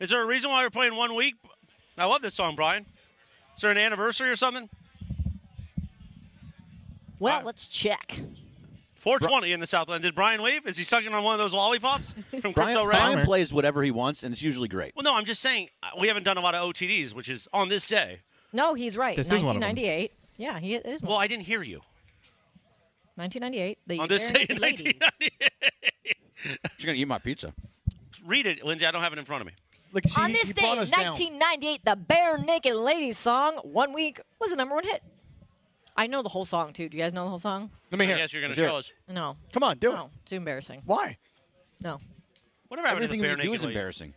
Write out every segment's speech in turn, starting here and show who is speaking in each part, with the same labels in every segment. Speaker 1: Is there a reason why we're playing one week? I love this song, Brian. Is there an anniversary or something?
Speaker 2: Well,
Speaker 1: Uh,
Speaker 2: let's check.
Speaker 1: 420 in the Southland. Did Brian wave? Is he sucking on one of those lollipops from
Speaker 3: Brian,
Speaker 1: Crypto Ray?
Speaker 3: Brian plays whatever he wants, and it's usually great.
Speaker 1: Well, no, I'm just saying uh, we haven't done a lot of OTDs, which is on this day.
Speaker 2: No, Oh, he's right.
Speaker 4: This is one of them.
Speaker 2: 1998. Yeah, he it is.
Speaker 1: Well,
Speaker 2: One.
Speaker 1: I didn't hear you
Speaker 2: 1998. The
Speaker 1: on this
Speaker 2: year
Speaker 1: day.
Speaker 2: of
Speaker 1: in
Speaker 2: the lady.
Speaker 1: 1990.
Speaker 3: She's gonna eat my pizza.
Speaker 1: Read it, Lindsay. I don't have it in front of me.
Speaker 4: Look, see,
Speaker 2: On
Speaker 4: you-
Speaker 2: this
Speaker 4: you
Speaker 2: day
Speaker 4: brought
Speaker 2: in
Speaker 4: us down.
Speaker 2: 1998, the Bare Naked Ladies song, one week, was the number one hit. I know the whole song, too. Do you guys know the whole song?
Speaker 4: Let me
Speaker 1: I
Speaker 4: hear.
Speaker 1: guess you're going to
Speaker 3: Sure.
Speaker 1: show us.
Speaker 2: No.
Speaker 4: Come on, do
Speaker 2: No,
Speaker 4: it.
Speaker 2: it's embarrassing.
Speaker 4: Why?
Speaker 2: No.
Speaker 1: Whatever happened
Speaker 3: Everything
Speaker 1: to
Speaker 3: we
Speaker 1: the Bare
Speaker 3: do
Speaker 1: Naked
Speaker 3: is
Speaker 1: Ladies?
Speaker 3: embarrassing.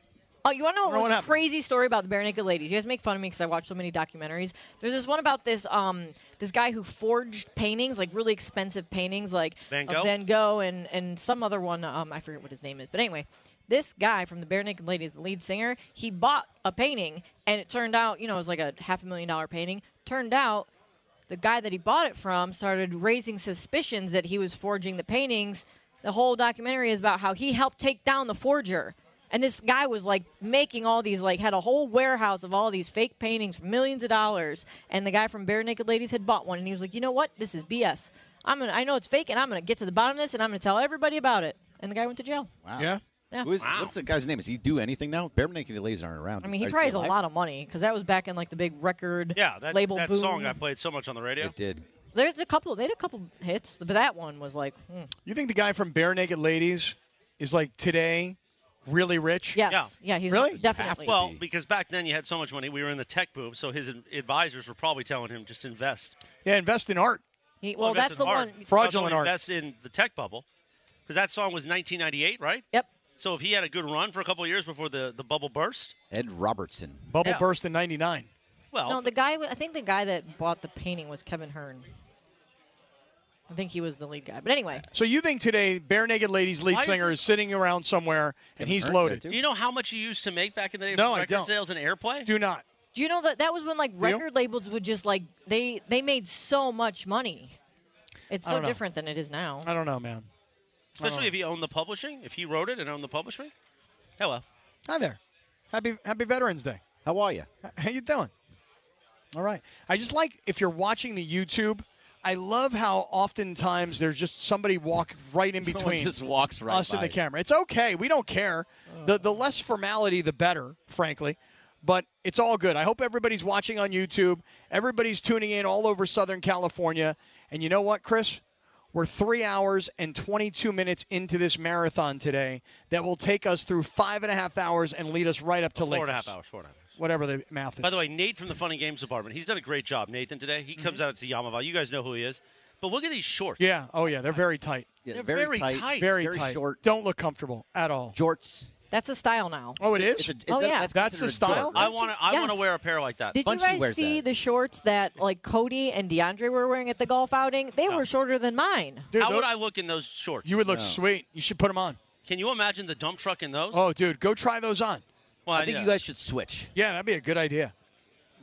Speaker 2: Oh, you want to know
Speaker 4: Well, what
Speaker 2: a
Speaker 4: happened?
Speaker 2: crazy story about the bare naked ladies? You guys make fun of me because I watch so many documentaries. There's this one about this um this guy who forged paintings, like really expensive paintings, like
Speaker 1: Van
Speaker 2: of
Speaker 1: Gogh?
Speaker 2: Van Gogh, and and some other one. Um, I forget what his name is, but anyway, this guy from the bare naked ladies, the lead singer, he bought a painting, and it turned out, you know, it was like a half a million dollar painting. Turned out the guy that he bought it from started raising suspicions that he was forging the paintings. The whole documentary is about how he helped take down the forger. And this guy was like making all these, like, had a whole warehouse of all these fake paintings for millions of dollars. And the guy from Bare Naked Ladies had bought one. And he was like, you know what? This is BS. I'm gonna, I know it's fake, and I'm going to get to the bottom of this, and I'm going to tell everybody about it. And the guy went to jail.
Speaker 3: Wow.
Speaker 4: Yeah.
Speaker 2: Yeah.
Speaker 3: Who is,
Speaker 1: Wow.
Speaker 3: What's the guy's name? Is he do anything now? Bare Naked Ladies aren't around.
Speaker 2: I mean, he
Speaker 3: Are- is
Speaker 2: probably has a
Speaker 3: alive?
Speaker 2: lot of money because that was back in like the big record
Speaker 1: Yeah, that,
Speaker 2: label
Speaker 1: that
Speaker 2: boom.
Speaker 1: song I played so much on the radio.
Speaker 3: It did.
Speaker 2: There's a couple, they had a couple hits, but that one was like, hmm.
Speaker 4: You think the guy from Bare Naked Ladies is like today really rich?
Speaker 2: Yes.
Speaker 1: Yeah.
Speaker 2: Yeah. he's
Speaker 4: Really? You
Speaker 2: definitely.
Speaker 1: Well,
Speaker 3: be.
Speaker 1: because back then you had so much money. We were in the tech boom, so his ad- advisors were probably telling him just invest.
Speaker 4: Yeah, invest in art.
Speaker 2: He- well,
Speaker 1: invest
Speaker 2: that's
Speaker 1: in
Speaker 2: the
Speaker 1: art.
Speaker 2: one.
Speaker 4: Fraudulent
Speaker 1: Also
Speaker 4: art.
Speaker 1: Invest in the tech bubble, because that song was 1998, right?
Speaker 2: Yep.
Speaker 1: So if he had a good run for a couple of years before the, the bubble burst,
Speaker 3: Ed Robertson.
Speaker 4: Bubble
Speaker 1: Yeah.
Speaker 4: burst in 99.
Speaker 1: well,
Speaker 2: No, the guy. I think the guy that bought the painting was Kevin Hearn. I think he was the lead guy. But anyway,
Speaker 4: So you think today Bare Naked Ladies lead
Speaker 1: Why is
Speaker 4: singer
Speaker 1: this-
Speaker 4: is sitting around somewhere and he's
Speaker 3: Hearn
Speaker 4: loaded?
Speaker 3: there,
Speaker 1: do you know how much you used to make back in the day?
Speaker 4: No,
Speaker 1: from
Speaker 4: I
Speaker 1: record
Speaker 4: don't.
Speaker 1: Sales and airplay.
Speaker 4: Do not.
Speaker 2: do you know that that was when like
Speaker 4: Real?
Speaker 2: record labels would just like they they made so much money. It's
Speaker 4: I
Speaker 2: so
Speaker 4: don't know.
Speaker 2: different than it is now. Oh.
Speaker 4: I don't know, man.
Speaker 1: Especially if he owned the publishing, if he wrote it and owned the publishing. Oh, Hello.
Speaker 4: Hi there. Happy Happy Veterans Day.
Speaker 3: How are you?
Speaker 4: How you doing? All right. I just like if you're watching the YouTube. I love how oftentimes there's just somebody walk right in
Speaker 3: Someone
Speaker 4: between
Speaker 3: just walks right
Speaker 4: us and
Speaker 3: by you.
Speaker 4: the camera. It's okay. We don't care. The the less formality, the better, frankly. But it's all good. I hope everybody's watching on YouTube. Everybody's tuning in all over Southern California. And you know what, Chris? We're three hours and 22 minutes into this marathon today that will take us through five and a half hours and lead us right up to
Speaker 1: Four
Speaker 4: Lakers.
Speaker 1: and a half hours. Four and a half hours.
Speaker 4: Whatever the math is.
Speaker 1: By the way, Nate from the Funny Games Department, he's done a great job, Nathan, today. He comes
Speaker 2: Mm-hmm.
Speaker 1: out to Yamava. You guys know who he is. But look at these shorts.
Speaker 4: Yeah. Oh, yeah. They're very tight.
Speaker 3: Yeah,
Speaker 1: They're very tight.
Speaker 4: Very,
Speaker 3: very
Speaker 4: tight.
Speaker 3: short.
Speaker 4: Don't look comfortable at all.
Speaker 3: Jorts.
Speaker 2: That's a style now.
Speaker 4: Oh, it is?
Speaker 3: It's a- is
Speaker 2: Oh,
Speaker 3: that-
Speaker 2: yeah.
Speaker 3: That's,
Speaker 4: That's the
Speaker 3: considered a
Speaker 4: style?
Speaker 3: jort,
Speaker 1: I
Speaker 3: right?
Speaker 1: want to. I want to
Speaker 2: Yes.
Speaker 1: wear a pair like that.
Speaker 2: Did
Speaker 3: Bunchy
Speaker 2: you guys
Speaker 3: wears
Speaker 2: see
Speaker 3: that.
Speaker 2: the shorts that like Cody and DeAndre were wearing at the golf outing? They were shorter than mine.
Speaker 4: Dude,
Speaker 1: How
Speaker 4: tho-
Speaker 1: would I look in those shorts?
Speaker 4: you would look sweet. You should put them on.
Speaker 1: Can you imagine the dump truck in those?
Speaker 4: Oh, dude, go try those on.
Speaker 1: well,
Speaker 3: I think
Speaker 1: yeah.
Speaker 3: you guys should switch.
Speaker 4: Yeah, that'd be a good idea.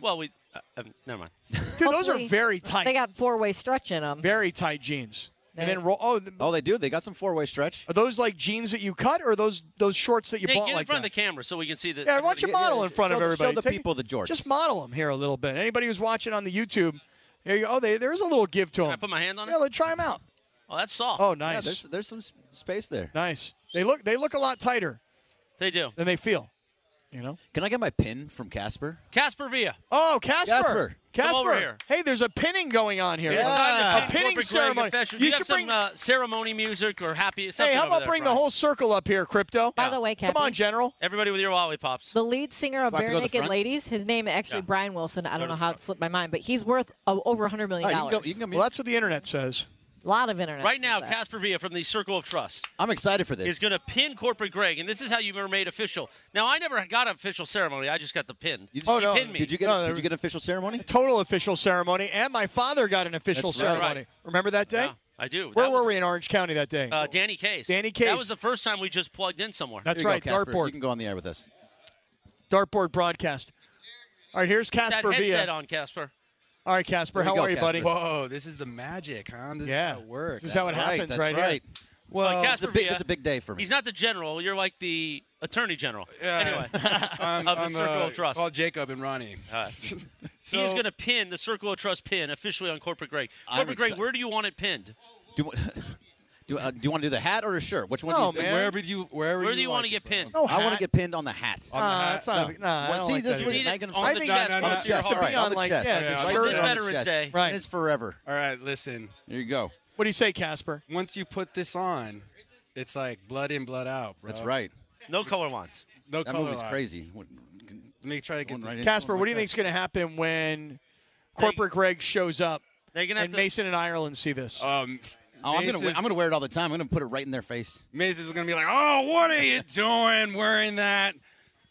Speaker 1: Well, we. Uh, um, never mind.
Speaker 4: Dude, those are
Speaker 2: Hopefully-
Speaker 4: very tight.
Speaker 2: They got four way stretch in them.
Speaker 4: very tight jeans. And
Speaker 2: They-
Speaker 4: then roll. Oh, th-
Speaker 3: Oh, they do. They got some four-way stretch.
Speaker 4: are those like jeans that you cut, or are those those shorts that you
Speaker 1: Nate,
Speaker 4: bought
Speaker 1: get in
Speaker 4: like
Speaker 1: front
Speaker 4: that?
Speaker 1: of the camera so we can see that.
Speaker 4: yeah, why don't you
Speaker 3: Yeah, yeah,
Speaker 4: model in
Speaker 3: show
Speaker 4: front of
Speaker 3: the- show
Speaker 4: everybody?
Speaker 3: the
Speaker 4: Take-
Speaker 3: people the jorts.
Speaker 4: Just model them here a little bit. Anybody who's watching on the YouTube, there you go. Oh, they, there is a little give to them.
Speaker 1: I put my hand on it?
Speaker 4: yeah, let try them out.
Speaker 1: Oh, that's soft.
Speaker 4: Oh,
Speaker 3: Yeah,
Speaker 4: nice,
Speaker 3: there's there's some s- space there.
Speaker 4: nice. They look they look a lot tighter
Speaker 1: They do.
Speaker 4: than they feel. You know.
Speaker 3: Can I get my pin from Casper?
Speaker 1: Casper Villa.
Speaker 4: Oh, Casper.
Speaker 3: Casper.
Speaker 1: Come over
Speaker 4: Casper.
Speaker 1: here.
Speaker 4: Hey, there's a pinning going on here.
Speaker 1: It's time to
Speaker 3: Yeah.
Speaker 4: A
Speaker 1: pin
Speaker 4: pinning
Speaker 1: corporate grand
Speaker 4: ceremony.
Speaker 1: confession.
Speaker 4: You
Speaker 1: Do you have
Speaker 4: should
Speaker 1: some
Speaker 4: bring-
Speaker 1: uh, ceremony music or happy.
Speaker 4: Hey,
Speaker 1: something
Speaker 4: how
Speaker 1: over
Speaker 4: about
Speaker 1: there,
Speaker 4: bring the
Speaker 1: Brian?
Speaker 4: whole circle up here, Crypto?
Speaker 2: By the way, Kathy,
Speaker 4: Come on, General.
Speaker 1: Everybody with your lollipops.
Speaker 2: The lead singer of
Speaker 3: Do I have
Speaker 2: Bare
Speaker 3: to go to the
Speaker 2: Naked
Speaker 3: front?
Speaker 2: Ladies, his name actually
Speaker 1: Yeah.
Speaker 2: Brian Wilson. I
Speaker 1: Go
Speaker 2: don't
Speaker 1: to
Speaker 2: know
Speaker 1: the
Speaker 2: how
Speaker 1: front.
Speaker 2: it slipped my mind, but he's worth uh, over a hundred million
Speaker 3: All right, you
Speaker 2: dollars.
Speaker 3: can go- you can come
Speaker 4: Well, that's what the internet says.
Speaker 2: A lot of internet.
Speaker 1: Right now,
Speaker 2: success.
Speaker 1: Casper Villa from the Circle of Trust
Speaker 3: I'm excited for
Speaker 1: is
Speaker 3: this.
Speaker 1: going to pin Corporate Greg, and this is how you were made official. Now, I never got an official ceremony. I just got the pin.
Speaker 3: You just-
Speaker 4: Oh, no.
Speaker 1: pinned me.
Speaker 3: Did you get?
Speaker 4: No,
Speaker 3: a,
Speaker 4: there-
Speaker 3: did you get an official ceremony?
Speaker 4: Total official ceremony, and my father got an official
Speaker 3: That's right.
Speaker 4: ceremony. Remember that day?
Speaker 1: Yeah, I do.
Speaker 4: Where
Speaker 1: That
Speaker 4: were
Speaker 1: was-
Speaker 4: we in Orange County that day?
Speaker 1: Uh, Danny Case.
Speaker 4: Danny
Speaker 1: That
Speaker 4: Case.
Speaker 1: was the first time we just plugged in somewhere.
Speaker 4: That's
Speaker 3: Here you
Speaker 4: right.
Speaker 3: go, Casper. You
Speaker 4: dartboard.
Speaker 3: can go on the air with us.
Speaker 4: Dartboard broadcast. All right, here's
Speaker 1: that
Speaker 4: Casper
Speaker 1: headset
Speaker 4: Villa.
Speaker 1: on, Casper.
Speaker 4: All right, Casper,
Speaker 3: There you
Speaker 4: how
Speaker 3: go,
Speaker 4: are you, buddy?
Speaker 3: Casper.
Speaker 5: Whoa, this is the magic, huh? This
Speaker 4: Yeah.
Speaker 5: is how it works.
Speaker 4: This is how it
Speaker 3: That's right,
Speaker 4: happens
Speaker 3: that's
Speaker 4: right,
Speaker 3: right.
Speaker 4: here.
Speaker 5: well,
Speaker 1: But
Speaker 3: It's
Speaker 1: Casper
Speaker 3: a big,
Speaker 1: Villa,
Speaker 3: it's a big day for me.
Speaker 1: he's not the general. You're like the attorney general. anyway,
Speaker 5: I'm,
Speaker 1: of the
Speaker 5: I'm,
Speaker 1: circle
Speaker 5: uh,
Speaker 1: of trust.
Speaker 5: Call Jacob and Ronnie.
Speaker 1: uh,
Speaker 5: So,
Speaker 1: he is going to pin the Circle of Trust pin officially on Corporate Greg.
Speaker 3: I'm Oh,
Speaker 1: Corporate Greg,
Speaker 3: excited.
Speaker 1: where do you want it pinned?
Speaker 3: do, you wa- do, uh, do you want to do the hat or a shirt? Which one?
Speaker 4: No,
Speaker 3: do you
Speaker 4: man.
Speaker 5: wherever you wherever
Speaker 1: Where do you
Speaker 5: like
Speaker 1: want to
Speaker 5: it,
Speaker 1: get
Speaker 5: bro.
Speaker 1: pinned?
Speaker 4: No
Speaker 3: I want
Speaker 4: hat.
Speaker 3: to get pinned on the hat.
Speaker 5: On the
Speaker 4: Nah,
Speaker 5: hat.
Speaker 4: that's not.
Speaker 3: No.
Speaker 4: A, nah, I
Speaker 3: Well,
Speaker 4: don't
Speaker 3: see,
Speaker 4: like
Speaker 3: this
Speaker 4: that
Speaker 3: is what
Speaker 4: either.
Speaker 1: You need
Speaker 3: Now
Speaker 1: it
Speaker 3: you can-
Speaker 1: on
Speaker 4: I
Speaker 1: the
Speaker 4: think
Speaker 1: chest.
Speaker 5: that's
Speaker 1: on the
Speaker 5: what-
Speaker 1: shirt.
Speaker 5: yeah,
Speaker 4: should be
Speaker 3: Sorry,
Speaker 4: on
Speaker 3: on the
Speaker 4: like
Speaker 3: chest.
Speaker 4: yeah,
Speaker 5: Yeah,
Speaker 4: just
Speaker 5: on the
Speaker 4: shirt
Speaker 1: This
Speaker 5: chest.
Speaker 4: on.
Speaker 1: Veterans
Speaker 3: chest.
Speaker 1: Day.
Speaker 4: Right.
Speaker 3: And it's forever.
Speaker 5: All right, listen.
Speaker 3: There you go.
Speaker 4: What do you say, Casper?
Speaker 5: Once you put this on, it's like blood in, blood out, bro.
Speaker 3: That's right.
Speaker 1: No color lines.
Speaker 5: No
Speaker 3: That
Speaker 5: color
Speaker 3: movie's
Speaker 5: line.
Speaker 3: crazy. What-
Speaker 5: Let me try to get
Speaker 3: Going
Speaker 5: this.
Speaker 3: right in.
Speaker 4: Casper,
Speaker 3: Oh,
Speaker 4: what do you
Speaker 3: okay.
Speaker 4: think's going to happen when corporate Greg shows up
Speaker 1: They're going to have
Speaker 4: and
Speaker 1: to.
Speaker 4: Mason and Ireland see this?
Speaker 5: Um,
Speaker 3: Oh, I'm
Speaker 5: Mace
Speaker 3: gonna, we-
Speaker 5: is-
Speaker 3: I'm gonna wear it all the time. I'm gonna put it right in their face.
Speaker 5: Maze is gonna be like, "Oh, what are you doing? Wearing that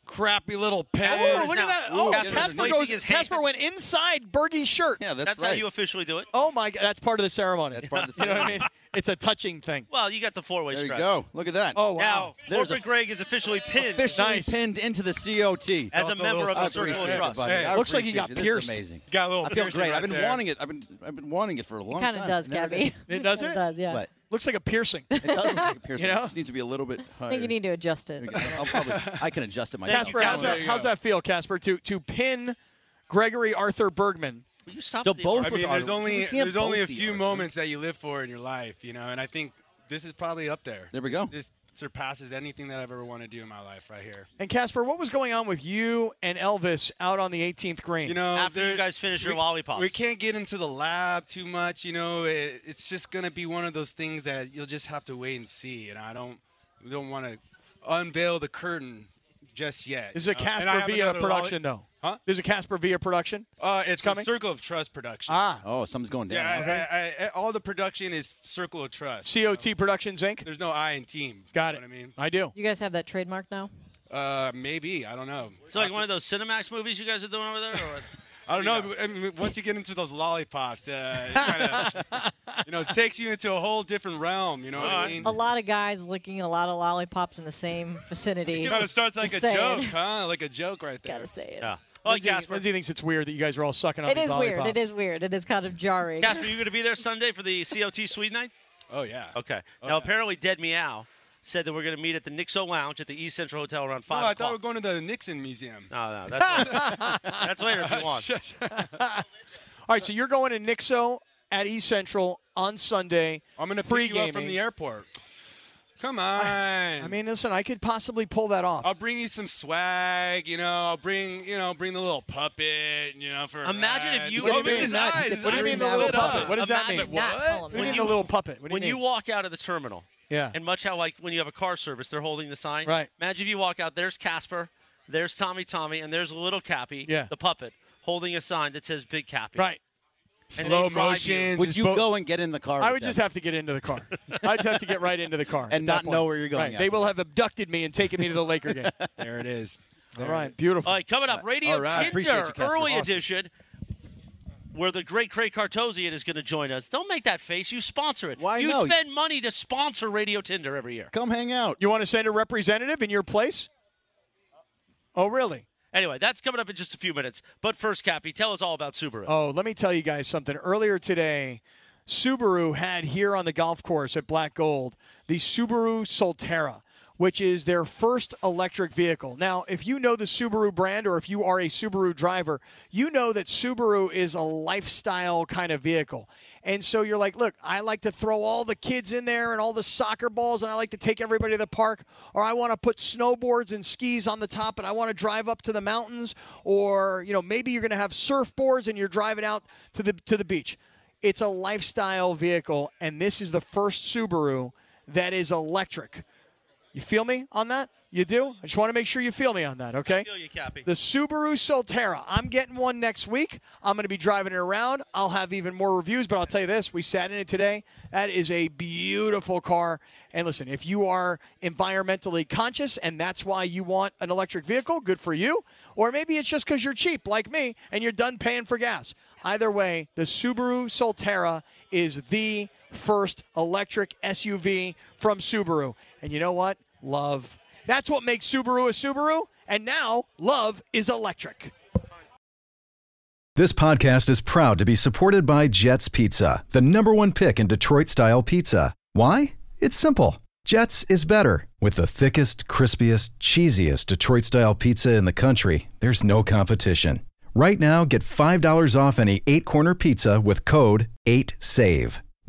Speaker 5: crappy little pen?"
Speaker 4: Oh, look at
Speaker 1: now-
Speaker 4: that!
Speaker 1: Ooh,
Speaker 4: Oh,
Speaker 1: Casper's
Speaker 4: Casper
Speaker 1: placing
Speaker 4: goes.
Speaker 1: his hand-
Speaker 4: Casper went inside Bergie's shirt.
Speaker 3: Yeah, that's,
Speaker 1: that's
Speaker 3: right.
Speaker 1: how you officially do it.
Speaker 4: Oh my God, that's part of the ceremony.
Speaker 3: That's part of the
Speaker 4: You know what I
Speaker 3: ceremony.
Speaker 4: mean? It's a touching thing.
Speaker 1: Well, you got the four-way
Speaker 3: There you
Speaker 1: stretch.
Speaker 3: go. Look at that.
Speaker 4: Oh
Speaker 1: Now,
Speaker 4: wow!
Speaker 3: There's
Speaker 1: Corporate
Speaker 3: a-
Speaker 1: Greg is officially pinned
Speaker 3: officially
Speaker 4: nice.
Speaker 3: pinned into the COT.
Speaker 1: as a
Speaker 5: Felt a
Speaker 1: member
Speaker 5: little
Speaker 1: of
Speaker 3: I
Speaker 1: the
Speaker 5: separate.
Speaker 1: Circle of
Speaker 5: Yeah,
Speaker 1: Trust.
Speaker 3: buddy. I
Speaker 4: Looks like he
Speaker 3: appreciate
Speaker 4: got
Speaker 3: you. This is
Speaker 4: pierced.
Speaker 3: amazing.
Speaker 5: Got a little.
Speaker 3: I feel
Speaker 5: piercing
Speaker 3: great.
Speaker 5: Right
Speaker 3: I've been
Speaker 5: there.
Speaker 3: wanting it. I've been I've been wanting it for a long
Speaker 2: Kind
Speaker 3: time.
Speaker 2: of does,
Speaker 3: I never
Speaker 2: Gabby.
Speaker 3: did.
Speaker 4: It does
Speaker 2: it
Speaker 4: it?
Speaker 2: does, yeah.
Speaker 3: But
Speaker 4: Looks like a piercing.
Speaker 3: it does look like a piercing.
Speaker 4: You know?
Speaker 3: It just needs to be a little bit higher.
Speaker 2: I think you need to adjust it.
Speaker 3: I'll probably, I can adjust it myself.
Speaker 4: Casper, how's
Speaker 5: There
Speaker 4: that,
Speaker 5: you
Speaker 4: how's
Speaker 5: go.
Speaker 4: that feel, Casper? To to pin Gregory Arthur Bergman.
Speaker 1: Will you stop
Speaker 3: The
Speaker 1: with the
Speaker 3: both
Speaker 5: I
Speaker 1: art?
Speaker 3: with
Speaker 5: mean,
Speaker 3: ours.
Speaker 5: there's only
Speaker 3: We can't
Speaker 5: there's only a
Speaker 3: both be
Speaker 5: few
Speaker 3: ours.
Speaker 5: moments that you live for in your life, you know, and I think this is probably up there.
Speaker 3: There we go.
Speaker 5: This surpasses anything that I've ever wanted to do in my life, right here.
Speaker 4: And Casper, what was going on with you and Elvis out on the 18th green?
Speaker 5: You know,
Speaker 1: After
Speaker 5: there-
Speaker 1: you guys finish your
Speaker 5: we-
Speaker 1: lollipops.
Speaker 5: we can't get into the lab too much. You know, it, it's just gonna be one of those things that you'll just have to wait and see. And I don't we don't want to unveil the curtain just yet.
Speaker 4: this is
Speaker 5: you
Speaker 4: a
Speaker 5: know? And I
Speaker 4: Casper
Speaker 5: have
Speaker 4: Via
Speaker 5: another lolli-
Speaker 4: production, though.
Speaker 5: Huh?
Speaker 4: This is a Casper Via production.
Speaker 5: Uh, it's
Speaker 4: coming?
Speaker 5: a Circle of Trust production.
Speaker 4: Ah,
Speaker 3: Oh, something's going down.
Speaker 5: yeah,
Speaker 3: Okay.
Speaker 5: I, I, I, all the production is Circle of Trust.
Speaker 4: COT Productions Inc.
Speaker 5: There's no I in team.
Speaker 4: Got
Speaker 5: you
Speaker 4: it.
Speaker 5: know What I mean,
Speaker 4: I do.
Speaker 2: You guys have that trademark now?
Speaker 5: Uh, maybe I don't know.
Speaker 1: It's like one of those Cinemax movies you guys are doing over there. Or what?
Speaker 5: I don't know. I mean, once you get into those lollipops, uh, it kinda, you know, it takes you into a whole different realm. You know
Speaker 4: Uh,
Speaker 5: what I
Speaker 1: Alright.
Speaker 5: mean?
Speaker 2: A lot of guys licking a lot of lollipops in the same vicinity.
Speaker 5: It kind of starts like a
Speaker 2: Just saying.
Speaker 5: joke, huh? Like a joke right there.
Speaker 2: Gotta say it.
Speaker 1: yeah. Oh,
Speaker 4: Lindsay,
Speaker 1: Casper.
Speaker 4: Lindsay thinks it's weird that you guys are all sucking on
Speaker 2: It
Speaker 4: these
Speaker 2: is weird. It
Speaker 4: lollipops.
Speaker 2: is weird. It is kind of jarring.
Speaker 1: Casper, you going to be there Sunday for the COT Swede night?
Speaker 5: Oh yeah.
Speaker 1: Okay. Now, apparently, Dead Meow said that we're going to meet at the Nixo Lounge at the East Central Hotel around
Speaker 5: No,
Speaker 1: 5
Speaker 5: Oh, I
Speaker 1: o'clock.
Speaker 5: thought we were going to the Nixon Museum.
Speaker 1: no, no, Oh, that's later. that's later if you want.
Speaker 4: All right, so you're going to Nixo at East Central on Sunday.
Speaker 5: I'm going to pick you
Speaker 4: pre-gaming.
Speaker 5: up from the airport. Come on. I
Speaker 4: I mean, listen, I could possibly pull that off.
Speaker 5: I'll bring you some swag. You know, I'll bring you know, bring the little puppet. You know, for a
Speaker 1: Imagine if
Speaker 5: ride.
Speaker 1: you-
Speaker 5: Look
Speaker 1: What do you
Speaker 5: at
Speaker 1: mean
Speaker 5: his
Speaker 3: that?
Speaker 5: eyes.
Speaker 3: That's
Speaker 5: His
Speaker 4: what do you
Speaker 5: eyes
Speaker 4: mean the
Speaker 5: are
Speaker 4: little
Speaker 5: lit up.
Speaker 4: puppet? What does that
Speaker 1: Imagine
Speaker 4: mean?
Speaker 2: Not
Speaker 5: What?
Speaker 2: calling
Speaker 4: What do
Speaker 2: me
Speaker 4: you
Speaker 1: When
Speaker 4: mean
Speaker 1: you-
Speaker 4: the little puppet? What do
Speaker 1: When
Speaker 4: you
Speaker 1: you
Speaker 4: mean?
Speaker 1: walk out of the terminal,
Speaker 4: yeah.
Speaker 1: and much how like when you have a car service, they're holding the sign.
Speaker 4: Right.
Speaker 1: Imagine if you walk out. There's Casper, there's Tommy Tommy, and there's little Cappy,
Speaker 4: Yeah.
Speaker 1: the puppet, holding a sign that says Big Cappy.
Speaker 4: Right.
Speaker 1: And they
Speaker 5: Slow
Speaker 1: drive you.
Speaker 5: motion.
Speaker 3: Would
Speaker 5: just
Speaker 3: you
Speaker 5: bo-
Speaker 3: go and get in the car?
Speaker 4: I
Speaker 3: with
Speaker 4: would
Speaker 3: them?
Speaker 4: just have to get into the car. I'd just have to get right into the car
Speaker 3: And
Speaker 4: at that
Speaker 3: not
Speaker 4: point.
Speaker 3: know where you're going
Speaker 4: Right. They
Speaker 3: after
Speaker 4: will
Speaker 3: that.
Speaker 4: have abducted me and taken me to the Laker game.
Speaker 5: There it is.
Speaker 4: All right, beautiful.
Speaker 1: All right, coming up, Radio
Speaker 3: All right. Appreciate you,
Speaker 1: Tinder,
Speaker 3: Casper.
Speaker 1: early
Speaker 3: Awesome.
Speaker 1: edition, where the great Craig Cartosian is going to join us. Don't make that face. You sponsor it.
Speaker 3: Why,
Speaker 1: You
Speaker 3: no.
Speaker 1: spend money to sponsor Radio Tinder every year.
Speaker 3: come hang out.
Speaker 4: You want to send a representative in your place? Oh, really?
Speaker 1: Anyway, that's coming up in just a few minutes. But first, Cappy, tell us all about Subaru.
Speaker 4: Oh, let me tell you guys something. Earlier today, Subaru had here on the golf course at Black Gold the Subaru Solterra, which is their first electric vehicle. Now, if you know the Subaru brand or if you are a Subaru driver, you know that Subaru is a lifestyle kind of vehicle. And so you're like, look, I like to throw all the kids in there and all the soccer balls, and I like to take everybody to the park, or I want to put snowboards and skis on the top, and I want to drive up to the mountains, or you know maybe you're going to have surfboards and you're driving out to the to the beach. It's a lifestyle vehicle, and this is the first Subaru that is electric. You feel me on that? You do? I just want to make sure you feel me on that, okay?
Speaker 1: Feel you, Cappy.
Speaker 4: The Subaru Solterra. I'm getting one next week. I'm going to be driving it around. I'll have even more reviews, but I'll tell you this we sat in it today. That is a beautiful car. And listen, if you are environmentally conscious and that's why you want an electric vehicle, good for you. Or maybe it's just because you're cheap like me and you're done paying for gas. Either way, the Subaru Solterra is the first electric SUV from Subaru. And you know what? Love. That's what makes Subaru a Subaru. And now, love is electric.
Speaker 6: This podcast is proud to be supported by Jets Pizza, the number one pick in Detroit style pizza. Why? It's simple. Jets is better. With the thickest, crispiest, cheesiest Detroit style pizza in the country, there's no competition. Right now, get $5 off any eight corner pizza with code 8SAVE.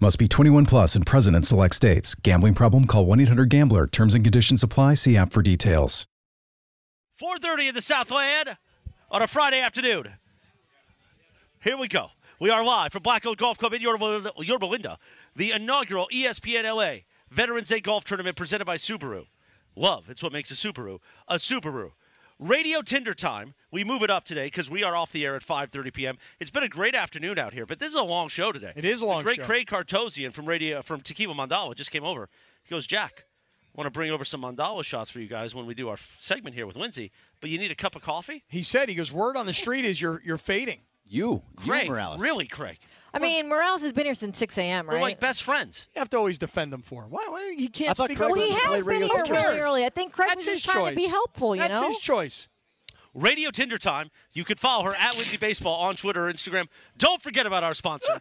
Speaker 6: Must be 21 plus and present in select states. Gambling problem? Call 1 800 Gambler. Terms and conditions apply. See app for details.
Speaker 1: 4:30 in the Southland on a Friday afternoon. Here we go. We are live from Black Oak Golf Club in Yorba, Yorba Linda, the inaugural E ESPN LA Veterans Day Golf Tournament presented by Subaru. Love, it's what makes a Subaru a Subaru. Radio Tinder time. We move it up today because we are off the air at 5:30 p.m. It's been a great afternoon out here, but this is a long show today.
Speaker 4: It is a long
Speaker 1: the great
Speaker 4: show.
Speaker 1: Craig Cartosian from Radio from Tequila Mandala just came over. He goes, Jack, want to bring over some Mandala shots for you guys when we do our f- segment here with Lindsay, but you need a cup of coffee.
Speaker 4: He said, he goes, word on the street is you're, you're fading.
Speaker 3: You,
Speaker 1: Craig,
Speaker 3: you Morales.
Speaker 1: really, Craig?
Speaker 2: I mean, Morales has been here since 6 a.m. Right?
Speaker 1: We're like best friends.
Speaker 4: You have to always defend them for. Why? why he can't
Speaker 3: I thought
Speaker 4: speak
Speaker 3: Craig
Speaker 4: up
Speaker 2: well,
Speaker 4: for
Speaker 2: he
Speaker 3: Just
Speaker 4: himself?
Speaker 3: play
Speaker 2: has been
Speaker 3: radio
Speaker 2: here
Speaker 4: Who
Speaker 2: really
Speaker 4: cares?
Speaker 2: early. I think Craig
Speaker 4: That's
Speaker 2: was
Speaker 4: his
Speaker 2: just trying
Speaker 4: choice.
Speaker 2: to be helpful. You
Speaker 4: That's
Speaker 2: know,
Speaker 4: his choice.
Speaker 1: Radio Tinder time. You can follow her at Lindsay Baseball on Twitter or Instagram. Don't forget about our sponsor,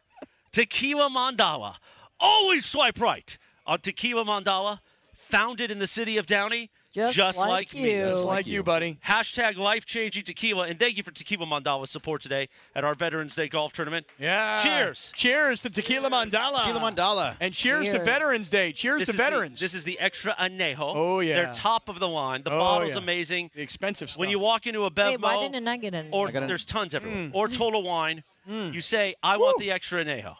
Speaker 1: Tequila Mandala. Always swipe right on Tequila Mandala, founded in the city of Downey,
Speaker 2: Just like
Speaker 1: me.
Speaker 2: you.
Speaker 4: Just like you, buddy.
Speaker 1: Hashtag life changing tequila, and thank you for Tequila Mandala's support today at our Veterans Day golf tournament.
Speaker 4: Yeah.
Speaker 1: Uh, Cheers.
Speaker 4: Cheers to Tequila Mandala.
Speaker 3: Tequila Mandala.
Speaker 4: And cheers, to
Speaker 2: Cheers.
Speaker 4: Veterans Day. Cheers
Speaker 1: This
Speaker 4: to
Speaker 1: is
Speaker 4: veterans.
Speaker 1: The, this is the extra anejo.
Speaker 4: Oh, yeah.
Speaker 1: They're top of the line. The
Speaker 4: Oh,
Speaker 1: bottle's
Speaker 4: yeah.
Speaker 1: amazing.
Speaker 4: the expensive stuff.
Speaker 1: When you walk into a Bevmo,
Speaker 2: Hey, why didn't I Mm. get in?
Speaker 1: or
Speaker 3: I got an-
Speaker 1: there's tons everywhere, or Total Wine,
Speaker 2: Mm.
Speaker 1: you say, "I want the extra anejo."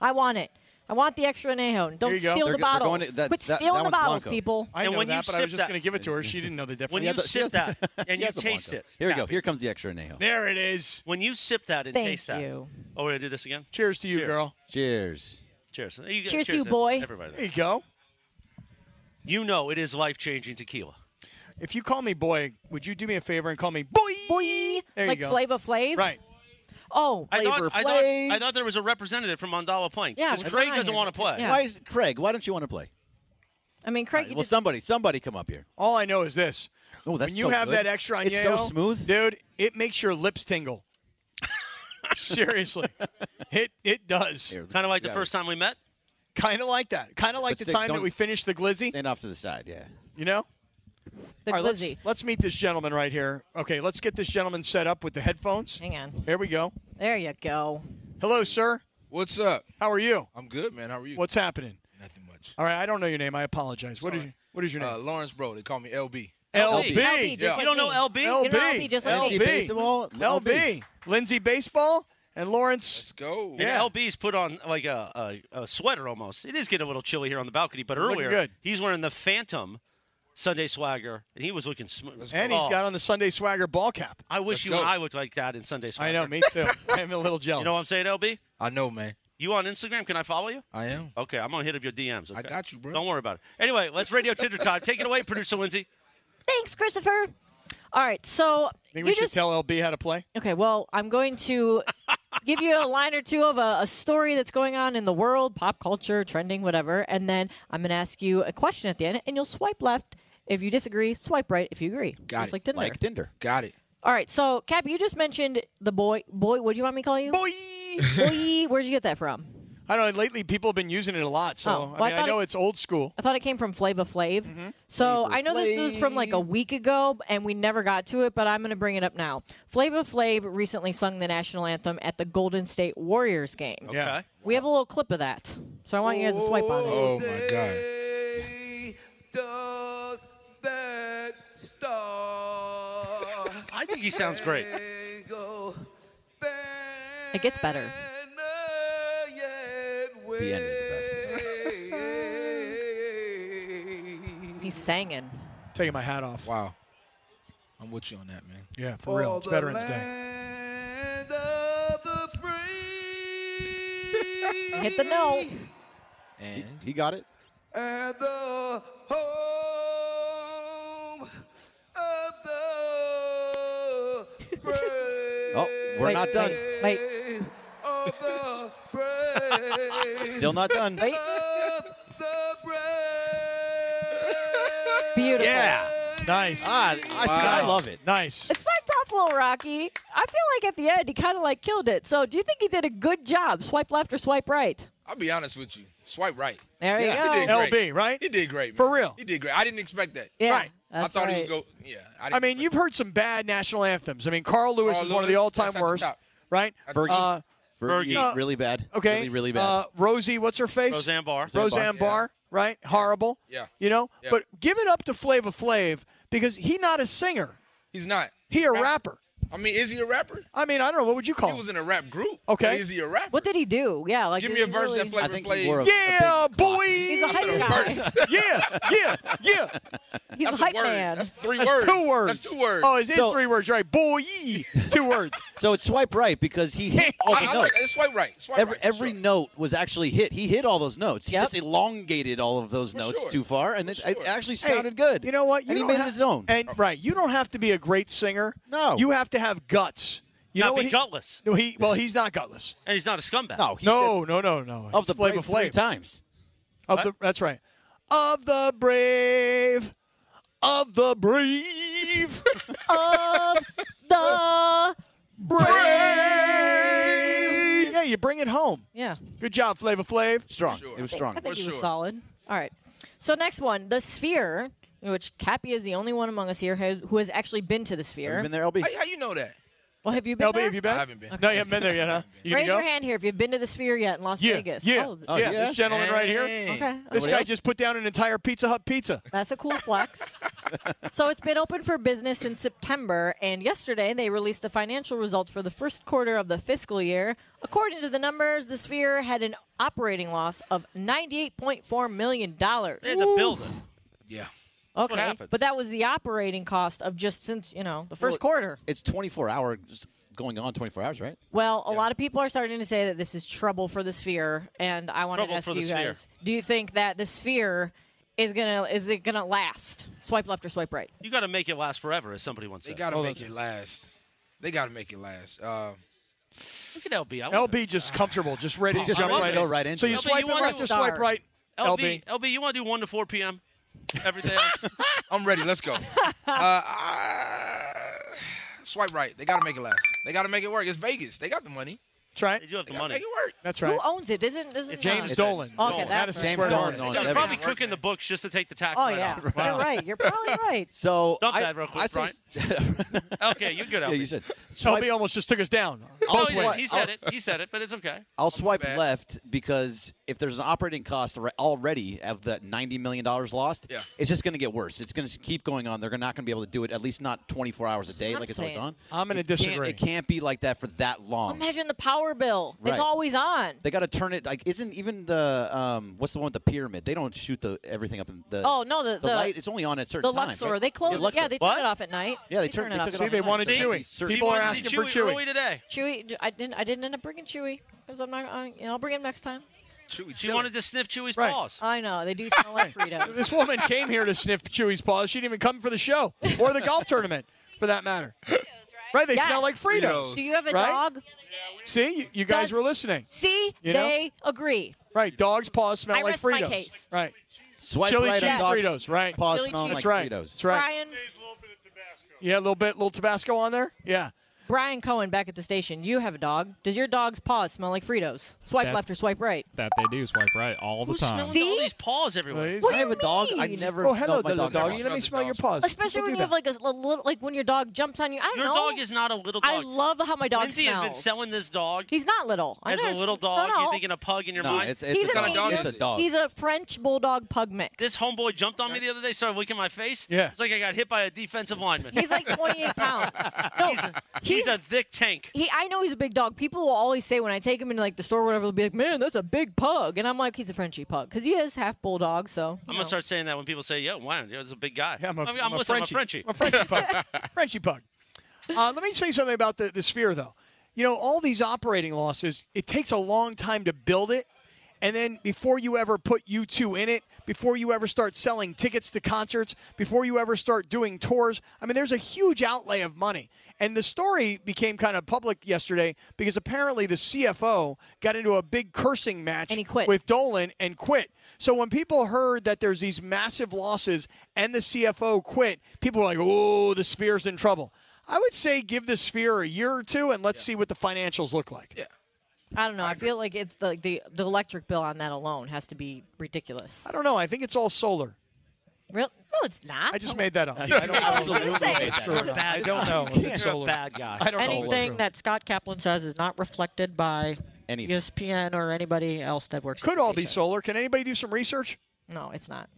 Speaker 2: I want it. I want the extra anejo. And Don't
Speaker 4: you go.
Speaker 2: steal
Speaker 3: They're
Speaker 2: the
Speaker 3: go- they're
Speaker 2: bottles.
Speaker 3: going to- that-
Speaker 2: Quit
Speaker 3: that- that
Speaker 2: stealing the
Speaker 3: one's
Speaker 2: bottles,
Speaker 3: Blanco.
Speaker 2: people.
Speaker 4: I
Speaker 1: and
Speaker 4: know
Speaker 1: when you
Speaker 4: that, but I
Speaker 1: sip
Speaker 4: was just
Speaker 1: that-
Speaker 4: going to give it to her. She didn't know the difference.
Speaker 1: When you sip that and you taste it,
Speaker 3: Here we go.
Speaker 1: Cappy.
Speaker 3: Here comes the extra anejo.
Speaker 4: there it is.
Speaker 1: When you sip that and
Speaker 2: Thank
Speaker 1: taste that.
Speaker 2: you.
Speaker 1: Oh, we're gonna do this again.
Speaker 4: Cheers to you,
Speaker 1: Cheers.
Speaker 4: girl.
Speaker 3: Cheers.
Speaker 1: Cheers. You,
Speaker 2: Cheers to you, boy.
Speaker 1: Everybody.
Speaker 4: There
Speaker 1: there.
Speaker 4: you go.
Speaker 1: You know it is life changing tequila.
Speaker 4: If you call me boy, would you do me a favor and call me boy?
Speaker 2: Boy,
Speaker 4: There
Speaker 2: like
Speaker 4: you go.
Speaker 2: Flava Flav.
Speaker 4: Right.
Speaker 2: Oh,
Speaker 1: I thought,
Speaker 3: Flavor
Speaker 1: I thought
Speaker 3: Flav.
Speaker 1: I thought there was a representative from Mandala playing.
Speaker 2: Yeah,
Speaker 1: because
Speaker 2: we're
Speaker 1: Craig
Speaker 2: trying
Speaker 1: doesn't
Speaker 2: here.
Speaker 1: want to play.
Speaker 2: Yeah.
Speaker 3: Why is Craig? Why don't you want to play?
Speaker 2: I mean, Craig. you
Speaker 3: Well,
Speaker 2: did-
Speaker 3: somebody, somebody, come up here.
Speaker 4: All I know is this.
Speaker 3: Oh, that's
Speaker 4: when you
Speaker 3: so
Speaker 4: have
Speaker 3: good.
Speaker 4: that extra añejo,
Speaker 3: It's so smooth.
Speaker 4: dude. It makes your lips tingle. Seriously, it it does.
Speaker 3: Here, let's-
Speaker 1: Kind of like the
Speaker 3: yeah,
Speaker 1: first time we met.
Speaker 4: Kind of like that. Kind of like
Speaker 3: But
Speaker 4: the
Speaker 3: stick-
Speaker 4: time that
Speaker 3: don't-
Speaker 4: we finished the glizzy.
Speaker 3: Stand off to the side. Yeah.
Speaker 4: You know.
Speaker 2: the
Speaker 4: All right, let's
Speaker 2: glizzy.
Speaker 4: let's meet this gentleman right here. Okay, let's get this gentleman set up with the headphones.
Speaker 2: Hang on.
Speaker 4: Here we go.
Speaker 2: There you go.
Speaker 4: Hello, sir.
Speaker 7: What's up?
Speaker 4: How are you?
Speaker 7: I'm good, man. How are you?
Speaker 4: What's happening?
Speaker 7: Nothing much.
Speaker 4: All right, I don't know your name. I apologize. What is your, what is your
Speaker 7: Uh,
Speaker 4: name?
Speaker 7: Lawrence, bro. They call me LB.
Speaker 4: LB.
Speaker 2: LB, just
Speaker 7: Yeah.
Speaker 2: like
Speaker 1: You don't know
Speaker 2: me.
Speaker 1: LB?
Speaker 2: You know LB, just like me.
Speaker 4: LB.
Speaker 3: Baseball,
Speaker 4: LB. Lindsay Baseball and Lawrence.
Speaker 7: Let's go.
Speaker 1: And
Speaker 4: Yeah.
Speaker 1: LB's put on like a, a, a sweater almost. It is getting a little chilly here on the balcony, but
Speaker 4: looking
Speaker 1: earlier
Speaker 4: good.
Speaker 1: he's wearing the Phantom Sunday Swagger, and he was looking smooth.
Speaker 4: And he's got on the Sunday Swagger ball cap.
Speaker 1: I wish you
Speaker 7: go.
Speaker 1: and I looked like that in Sunday Swagger.
Speaker 4: I know, me too. I'm a little jealous.
Speaker 1: You know what I'm saying, LB?
Speaker 7: I know, man.
Speaker 1: You on Instagram? Can I follow you?
Speaker 7: I am.
Speaker 1: Okay, I'm gonna hit up your DMs. Okay?
Speaker 7: I got you, bro.
Speaker 1: Don't worry about it. Anyway, let's radio Tinder time. Take it away, producer Lindsay.
Speaker 2: Thanks, Christopher. All right, so
Speaker 4: Think
Speaker 2: you
Speaker 4: we should
Speaker 2: just
Speaker 4: tell LB how to play?
Speaker 2: okay. Well, I'm going to give you a line or two of a, a story that's going on in the world, pop culture, trending, whatever, and then I'm going to ask you a question at the end, and you'll swipe left If you disagree, swipe right. If you agree,
Speaker 7: Got
Speaker 2: just
Speaker 7: it.
Speaker 2: like Tinder.
Speaker 3: Like Tinder.
Speaker 7: Got it.
Speaker 2: All right, so Cap, you just mentioned the boy. Boy, what do you want me to call you? Boy. Boy. Where'd you get that from?
Speaker 4: I don't know. Lately, people have been using it a lot, so
Speaker 2: Oh, well,
Speaker 4: I,
Speaker 2: I
Speaker 4: mean, I,
Speaker 2: thought
Speaker 4: know
Speaker 2: it-
Speaker 4: it's old school.
Speaker 2: I thought it came from Flava Flav. So I know this was from like a week ago, and we never got to it, but I'm going to bring it up now. Flava Flav recently sung the national anthem at the Golden State Warriors game.
Speaker 4: Yeah.
Speaker 1: Okay.
Speaker 2: We have a little clip of that, so I want you guys to swipe on it.
Speaker 7: Oh my god.
Speaker 8: Does that star
Speaker 1: I think he sounds great.
Speaker 8: go
Speaker 2: It gets better.
Speaker 3: The end is the best.
Speaker 2: He's singing.
Speaker 4: Taking my hat off.
Speaker 7: Wow. I'm with you on that, man.
Speaker 4: Yeah, for real. It's Veterans Day.
Speaker 2: Hit the note.
Speaker 7: And
Speaker 3: He got it. Oh, we're
Speaker 2: Wait,
Speaker 3: not done.
Speaker 2: Wait, wait,
Speaker 3: Still not done.
Speaker 2: wait. Beautiful.
Speaker 4: Yeah. Nice.
Speaker 3: Ah, I, I love it.
Speaker 4: Nice.
Speaker 2: It starts off a little rocky. I feel like at the end he kind of like killed it. So do you think he did a good job? Swipe left or swipe right?
Speaker 7: I'll be honest with you. Swipe right.
Speaker 2: There
Speaker 7: Yeah, he
Speaker 2: you
Speaker 7: did
Speaker 2: go.
Speaker 7: great.
Speaker 4: LB, right?
Speaker 7: He did great. Man.
Speaker 4: For real.
Speaker 7: He did great. I didn't expect that.
Speaker 2: Yeah,
Speaker 4: Right.
Speaker 2: that's
Speaker 7: I thought
Speaker 2: right.
Speaker 7: he was go. Yeah. I,
Speaker 4: I
Speaker 7: didn't
Speaker 4: mean,
Speaker 7: expect
Speaker 4: you've heard some bad national anthems. I mean, Carl Lewis
Speaker 7: Carl
Speaker 4: is one of the
Speaker 7: Lewis,
Speaker 4: all-time
Speaker 7: that's at the
Speaker 4: worst,
Speaker 7: top.
Speaker 4: right?
Speaker 7: Fergie.
Speaker 4: Uh,
Speaker 3: Fergie,
Speaker 4: No.
Speaker 3: really bad.
Speaker 4: okay.
Speaker 3: Really, really bad.
Speaker 4: Uh, Rosie, what's her face?
Speaker 1: Roseanne Barr.
Speaker 4: Roseanne Barr, right? Horrible.
Speaker 7: Yeah.
Speaker 4: You know,
Speaker 7: Yeah.
Speaker 4: but give it up to Flava Flav because he not a singer.
Speaker 7: He's not.
Speaker 4: He a rapper.
Speaker 7: I mean, is he a rapper?
Speaker 4: I mean, I don't know what would you call
Speaker 7: He was
Speaker 4: him.
Speaker 7: in a rap group.
Speaker 4: Okay.
Speaker 7: But Is he a rapper?
Speaker 2: What did he do? Yeah, like
Speaker 7: Give
Speaker 2: did
Speaker 7: me a
Speaker 2: he
Speaker 7: verse
Speaker 2: really-
Speaker 7: that Flavor
Speaker 3: I think he
Speaker 7: Flav.
Speaker 3: wore a,
Speaker 4: Yeah,
Speaker 3: a big
Speaker 4: boy.
Speaker 2: He's a hype
Speaker 7: I said a
Speaker 2: guy.
Speaker 4: yeah, yeah, yeah.
Speaker 2: He's a
Speaker 7: That's a
Speaker 2: hype
Speaker 7: word.
Speaker 2: man.
Speaker 7: That's three
Speaker 4: That's
Speaker 7: words.
Speaker 4: two words.
Speaker 7: That's two words.
Speaker 4: Oh, it is
Speaker 3: So-
Speaker 4: three words, right? Boy, two words.
Speaker 3: So it's swipe right because he hit all
Speaker 7: I,
Speaker 3: the
Speaker 7: I
Speaker 3: notes.
Speaker 7: like it. Swipe right. Swipe
Speaker 3: Every,
Speaker 7: right. for
Speaker 3: every
Speaker 7: sure.
Speaker 3: note was actually hit. He hit all those notes. He
Speaker 2: Yep.
Speaker 3: just elongated all of those notes
Speaker 7: sure.
Speaker 3: too far, and it, it
Speaker 7: sure.
Speaker 3: actually
Speaker 4: Hey,
Speaker 3: sounded good.
Speaker 4: You know what? You
Speaker 3: and he
Speaker 4: don't
Speaker 3: made
Speaker 4: ha-
Speaker 3: it his own.
Speaker 4: And right, you don't have to be a great singer.
Speaker 3: No.
Speaker 4: you have to have guts. You know
Speaker 1: Not
Speaker 4: what?
Speaker 1: be
Speaker 4: he-
Speaker 1: gutless.
Speaker 4: No, he. Well, he's not gutless.
Speaker 1: And he's not a scumbag.
Speaker 3: no, he
Speaker 4: no, no, no, no.
Speaker 3: said, of the
Speaker 4: flavor
Speaker 3: brave three times.
Speaker 4: Of the, that's right. Of the brave. Of the brave.
Speaker 2: of the
Speaker 4: brave. Yeah, you bring it home.
Speaker 2: yeah.
Speaker 4: Good job, Flavor Flav. Strong.
Speaker 7: Sure.
Speaker 3: It was strong.
Speaker 2: I think
Speaker 7: For
Speaker 2: he was
Speaker 7: sure.
Speaker 2: solid. All right. So next one, the Sphere, which Cappy is the only one among us here has, who has actually been to the Sphere.
Speaker 3: You been there, LB?
Speaker 7: How, how you know that?
Speaker 2: Well, have you been
Speaker 4: LB,
Speaker 2: there?
Speaker 4: have you been?
Speaker 7: I haven't been.
Speaker 4: No, you haven't been there yet, huh? You gonna
Speaker 2: Raise your
Speaker 4: go?
Speaker 2: hand here if you've been to the Sphere yet in Las
Speaker 4: Yeah,
Speaker 2: Vegas.
Speaker 4: yeah,
Speaker 2: Oh,
Speaker 3: Oh,
Speaker 4: yeah.
Speaker 3: yeah?
Speaker 4: This gentleman right here.
Speaker 7: Dang.
Speaker 2: okay. Oh,
Speaker 4: This guy just put down an entire Pizza Hut pizza.
Speaker 2: That's a cool flex. so it's been open for business since September, and yesterday they released the financial results for the first quarter of the fiscal year. According to the numbers, the Sphere had an operating loss of $98.4 million.
Speaker 1: They had to build it.
Speaker 7: Yeah.
Speaker 1: what
Speaker 2: Okay,
Speaker 1: happens.
Speaker 2: but that was the operating cost of just since, you know, the first quarter.
Speaker 3: It's 24 hours, going on 24 hours, right?
Speaker 2: Well, a lot of people are starting to say that this is trouble for the Sphere, and I wanted
Speaker 1: Trouble
Speaker 2: to ask
Speaker 1: for the
Speaker 2: you
Speaker 1: Sphere.
Speaker 2: guys, do you think that the Sphere is going to is it going to last? Swipe left or swipe right?
Speaker 1: You got to make it last forever, as somebody once
Speaker 7: They
Speaker 1: said.
Speaker 7: gotta
Speaker 4: Oh,
Speaker 7: make it last. They gotta make it last. Uh,
Speaker 1: Look at LB. I want
Speaker 4: LB just comfortable, just ready to
Speaker 3: Just
Speaker 4: jump
Speaker 1: ready
Speaker 4: right
Speaker 1: to go
Speaker 4: in.
Speaker 3: right into
Speaker 4: So you
Speaker 3: it.
Speaker 4: swipe
Speaker 1: LB,
Speaker 4: it
Speaker 1: you
Speaker 4: left
Speaker 1: want
Speaker 4: or
Speaker 2: to
Speaker 4: swipe
Speaker 2: start.
Speaker 4: right.
Speaker 1: LB, LB, you want to do 1 to 4 p.m.? Everything else?
Speaker 7: I'm ready. Let's go. Uh, I- swipe right. They gotta make it last. They gotta make it work. It's Vegas. They got the money.
Speaker 4: That's right.
Speaker 1: They do have
Speaker 7: They
Speaker 1: the
Speaker 7: gotta
Speaker 1: money.
Speaker 7: make it work.
Speaker 4: That's right.
Speaker 2: Who owns it? Isn't isn't uh,
Speaker 4: James Dolan.
Speaker 2: Okay, that's
Speaker 4: Madison
Speaker 2: right.
Speaker 4: Square
Speaker 3: James
Speaker 4: Garden.
Speaker 3: Dolan.
Speaker 1: So he's
Speaker 3: Yeah,
Speaker 1: probably cooking the books just to take the tax
Speaker 2: Oh
Speaker 1: right
Speaker 2: yeah,
Speaker 1: off.
Speaker 2: you're right. You're probably right.
Speaker 3: So
Speaker 1: Dump
Speaker 3: I,
Speaker 1: that real quick,
Speaker 3: I say-
Speaker 1: Okay, you're good, LB.
Speaker 3: yeah, you said. Swipe,
Speaker 4: LB almost just took us down.
Speaker 1: No,
Speaker 3: Both
Speaker 1: he, didn't.
Speaker 3: ways.
Speaker 1: he said it. He said it, but it's okay.
Speaker 3: I'll swipe
Speaker 7: bad.
Speaker 3: left because if there's an operating cost alre- already of that ninety million dollars lost,
Speaker 7: Yeah.
Speaker 3: it's just going to get worse. It's going to keep going on. They're not going to be able to do it at least not 24 hours a day
Speaker 2: what
Speaker 3: like
Speaker 2: I'm
Speaker 3: it's always
Speaker 2: saying.
Speaker 3: on.
Speaker 4: I'm gonna
Speaker 3: It can't-
Speaker 4: disagree.
Speaker 3: It can't be like that for that long.
Speaker 2: Imagine the power bill.
Speaker 3: Right.
Speaker 2: It's always on.
Speaker 3: They got to turn it like isn't even the um what's the one with the pyramid? They don't shoot the everything up in the
Speaker 2: Oh, no, the- the-
Speaker 3: light it's only on at certain
Speaker 2: The
Speaker 3: times.
Speaker 2: Luxor,
Speaker 3: right?
Speaker 2: they close. Yeah,
Speaker 3: Luxor.
Speaker 2: they turn
Speaker 1: What?
Speaker 2: it off at night.
Speaker 3: Yeah, they
Speaker 2: turn
Speaker 3: turn- they
Speaker 2: off.
Speaker 3: took it
Speaker 2: See,
Speaker 3: off
Speaker 4: they
Speaker 3: at night,
Speaker 4: wanted
Speaker 3: so it's
Speaker 4: Chewy.
Speaker 3: gonna be certain-
Speaker 4: People are
Speaker 1: Wanted to see
Speaker 4: asking for
Speaker 1: Chewy
Speaker 4: Chewy.
Speaker 1: early today.
Speaker 2: Chewy, I didn't. I didn't end up bringing Chewy because I'm not. I, you know, I'll bring him next time.
Speaker 7: Chewy,
Speaker 1: She
Speaker 7: chillin'.
Speaker 1: wanted to sniff Chewy's
Speaker 4: Right.
Speaker 1: paws.
Speaker 2: I know they do smell like Fritos.
Speaker 4: This woman came here to sniff Chewy's paws. She didn't even come for the show or the golf tournament, for that matter. Right? They
Speaker 2: Yes.
Speaker 4: smell like Fritos.
Speaker 2: Do you have a
Speaker 4: Right?
Speaker 2: dog?
Speaker 4: See, you, you guys
Speaker 2: Does-
Speaker 4: were listening.
Speaker 2: See,
Speaker 4: You know?
Speaker 2: they agree.
Speaker 4: Right? Dogs' paws smell
Speaker 2: I
Speaker 4: like
Speaker 2: rest my
Speaker 4: Fritos.
Speaker 2: case.
Speaker 4: Right?
Speaker 3: Swipe
Speaker 4: chili
Speaker 3: right
Speaker 4: cheese
Speaker 3: on dogs.
Speaker 4: Fritos, right?
Speaker 3: Paws Chili smelling cheese.
Speaker 4: That's
Speaker 3: like
Speaker 4: right.
Speaker 3: Fritos.
Speaker 4: That's right.
Speaker 2: Brian,
Speaker 4: Yeah, a little bit, little Tabasco on there. Yeah.
Speaker 2: Brian Cohen back at the station. You have a dog. Does your dog's paws smell like Fritos? Swipe
Speaker 9: That-
Speaker 2: left or swipe right.
Speaker 9: That they do swipe right all the
Speaker 1: Who's
Speaker 9: time.
Speaker 1: smelling all these paws everywhere?
Speaker 2: What do
Speaker 3: I have
Speaker 2: you
Speaker 3: a dog. I
Speaker 2: mean?
Speaker 3: never.
Speaker 4: Oh, hello,
Speaker 3: smelled my
Speaker 4: little
Speaker 3: dog's
Speaker 4: doggy.
Speaker 3: house.
Speaker 4: Let me smell your paws.
Speaker 2: Especially
Speaker 4: People
Speaker 2: when
Speaker 4: do
Speaker 2: you
Speaker 4: that.
Speaker 2: have like a, a little, like when your dog jumps on you. I don't
Speaker 1: Your
Speaker 2: know.
Speaker 1: dog is not a little dog.
Speaker 2: I love how my dog
Speaker 1: Lindsay
Speaker 2: smells.
Speaker 1: has been selling this dog
Speaker 2: He's not little. I
Speaker 1: as a
Speaker 2: never-
Speaker 1: little
Speaker 2: no,
Speaker 1: dog.
Speaker 2: no.
Speaker 1: You're thinking a pug in your
Speaker 3: No,
Speaker 1: mind.
Speaker 3: it's, it's
Speaker 2: He's
Speaker 3: a
Speaker 2: a
Speaker 3: dog.
Speaker 2: dog.
Speaker 3: It's a dog.
Speaker 2: He's a French bulldog pug mix.
Speaker 1: This homeboy jumped on me the other day, started licking my face.
Speaker 4: Yeah.
Speaker 1: It's like I got hit by a defensive lineman.
Speaker 2: He's like 28 pounds. No,
Speaker 1: He's a thick tank.
Speaker 2: he. I know he's a big dog. People will always say when I take him into like the store, or whatever, they'll be like, "Man, that's a big pug," and I'm like, "He's a Frenchie pug," because he is half bulldog. So you
Speaker 1: I'm
Speaker 2: know.
Speaker 1: gonna start saying that when people say, "Yo, wow, yo, it's a big guy."
Speaker 4: Yeah, I'm a,
Speaker 1: I'm,
Speaker 4: I'm a
Speaker 1: listen,
Speaker 4: Frenchie.
Speaker 1: I'm a Frenchie.
Speaker 4: I'm a Frenchie pug. Frenchie pug. Uh, let me say something about the, the sphere, though. You know, all these operating losses, it takes a long time to build it. And then before you ever put U2 in it, before you ever start selling tickets to concerts, before you ever start doing tours, I mean, there's a huge outlay of money. And the story became kind of public yesterday because apparently the CFO got into a big cursing match
Speaker 2: And he quit.
Speaker 4: with Dolan and quit. So when people heard that there's these massive losses and the CFO quit, people were like, "Oh, the Sphere's in trouble." I would say give the Sphere a year or two and let's see what the financials look like.
Speaker 2: I don't know. I, feel like it's the, the the electric bill on that alone has to be ridiculous.
Speaker 4: I don't know. I think it's all solar.
Speaker 2: Real? No, it's not.
Speaker 4: I just made that up. I
Speaker 3: I
Speaker 4: don't,
Speaker 3: don't absolutely hate that.
Speaker 4: sure enough. I don't know. if It's
Speaker 1: You're a
Speaker 4: solar.
Speaker 1: bad guy.
Speaker 4: I don't know. what's
Speaker 10: Anything
Speaker 4: true.
Speaker 10: that Scott Kaplan says is not reflected by
Speaker 3: Anything.
Speaker 2: E
Speaker 10: ESPN or anybody else that works. at
Speaker 4: could
Speaker 10: the
Speaker 4: all be
Speaker 10: station.
Speaker 4: solar. Can anybody do some research?
Speaker 2: no, it's not.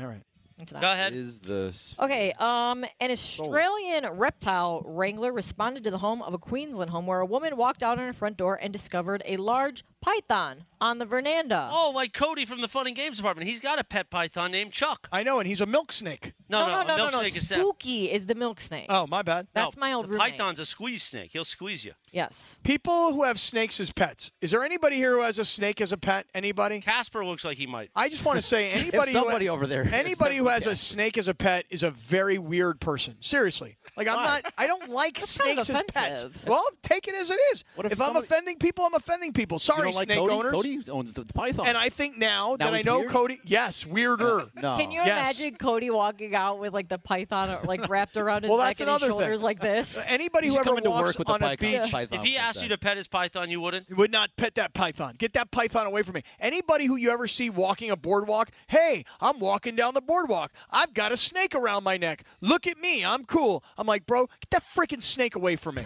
Speaker 4: All right.
Speaker 2: It's
Speaker 1: Go
Speaker 2: not.
Speaker 1: ahead.
Speaker 3: Is the s-
Speaker 2: Okay, um, an Australian reptile wrangler responded to the home of a Queensland home where a woman walked out on her front door and discovered a large python on the veranda.
Speaker 1: Oh, like Cody from the Fun and Games Department. He's got a pet python named Chuck.
Speaker 4: I know, and he's a milk snake.
Speaker 1: No, no,
Speaker 2: no,
Speaker 1: a
Speaker 2: no,
Speaker 1: milk
Speaker 2: no.
Speaker 1: snake is sad.
Speaker 2: Spooky is the milk snake.
Speaker 4: Oh, my bad.
Speaker 1: No,
Speaker 2: That's my old
Speaker 1: the
Speaker 2: roommate.
Speaker 1: Python's a squeeze snake. He'll squeeze you.
Speaker 2: Yes.
Speaker 4: People who have snakes as pets. Is there anybody here who has a snake as a pet? Anybody?
Speaker 1: Casper looks like he might.
Speaker 4: I just want to say
Speaker 3: If
Speaker 4: anybody
Speaker 3: somebody
Speaker 4: who
Speaker 3: over there. is
Speaker 4: anybody who
Speaker 3: definitely
Speaker 4: has a
Speaker 3: gas.
Speaker 4: snake as a pet is a very weird person. Seriously, like I'm
Speaker 1: Why?
Speaker 4: not. I don't like
Speaker 2: That's kind of
Speaker 4: snakes as pets.
Speaker 2: offensive.
Speaker 4: Well, take it as it is.
Speaker 3: What if
Speaker 4: if I'm
Speaker 3: somebody-
Speaker 4: offending people, I'm offending people.
Speaker 3: You
Speaker 4: Sorry,
Speaker 3: don't like
Speaker 4: snake
Speaker 3: Cody?
Speaker 4: owners.
Speaker 3: Cody owns the, the python.
Speaker 4: And I think now,
Speaker 3: Now
Speaker 4: that I
Speaker 3: he's
Speaker 4: know
Speaker 3: weird?
Speaker 4: Cody, yes, weirder.
Speaker 3: no.
Speaker 2: Can you
Speaker 4: Yes.
Speaker 2: imagine Cody walking out with like the python or, like wrapped around his
Speaker 4: Well,
Speaker 2: neck
Speaker 4: that's
Speaker 2: and his
Speaker 4: another thing.
Speaker 2: shoulders like this?
Speaker 4: Anybody
Speaker 3: He's
Speaker 4: who ever
Speaker 3: coming to
Speaker 4: walks
Speaker 3: work with
Speaker 4: on
Speaker 3: the
Speaker 4: a
Speaker 3: python.
Speaker 4: beach
Speaker 3: python
Speaker 1: if he
Speaker 3: like
Speaker 1: asked you
Speaker 3: that.
Speaker 1: to pet his python, you wouldn't.
Speaker 4: would not pet that python. Get that python away from me. Anybody who you ever see walking a boardwalk, hey, I'm walking down the boardwalk. I've got a snake around my neck. Look at me. I'm cool. I'm like, bro, get that freaking snake away from me.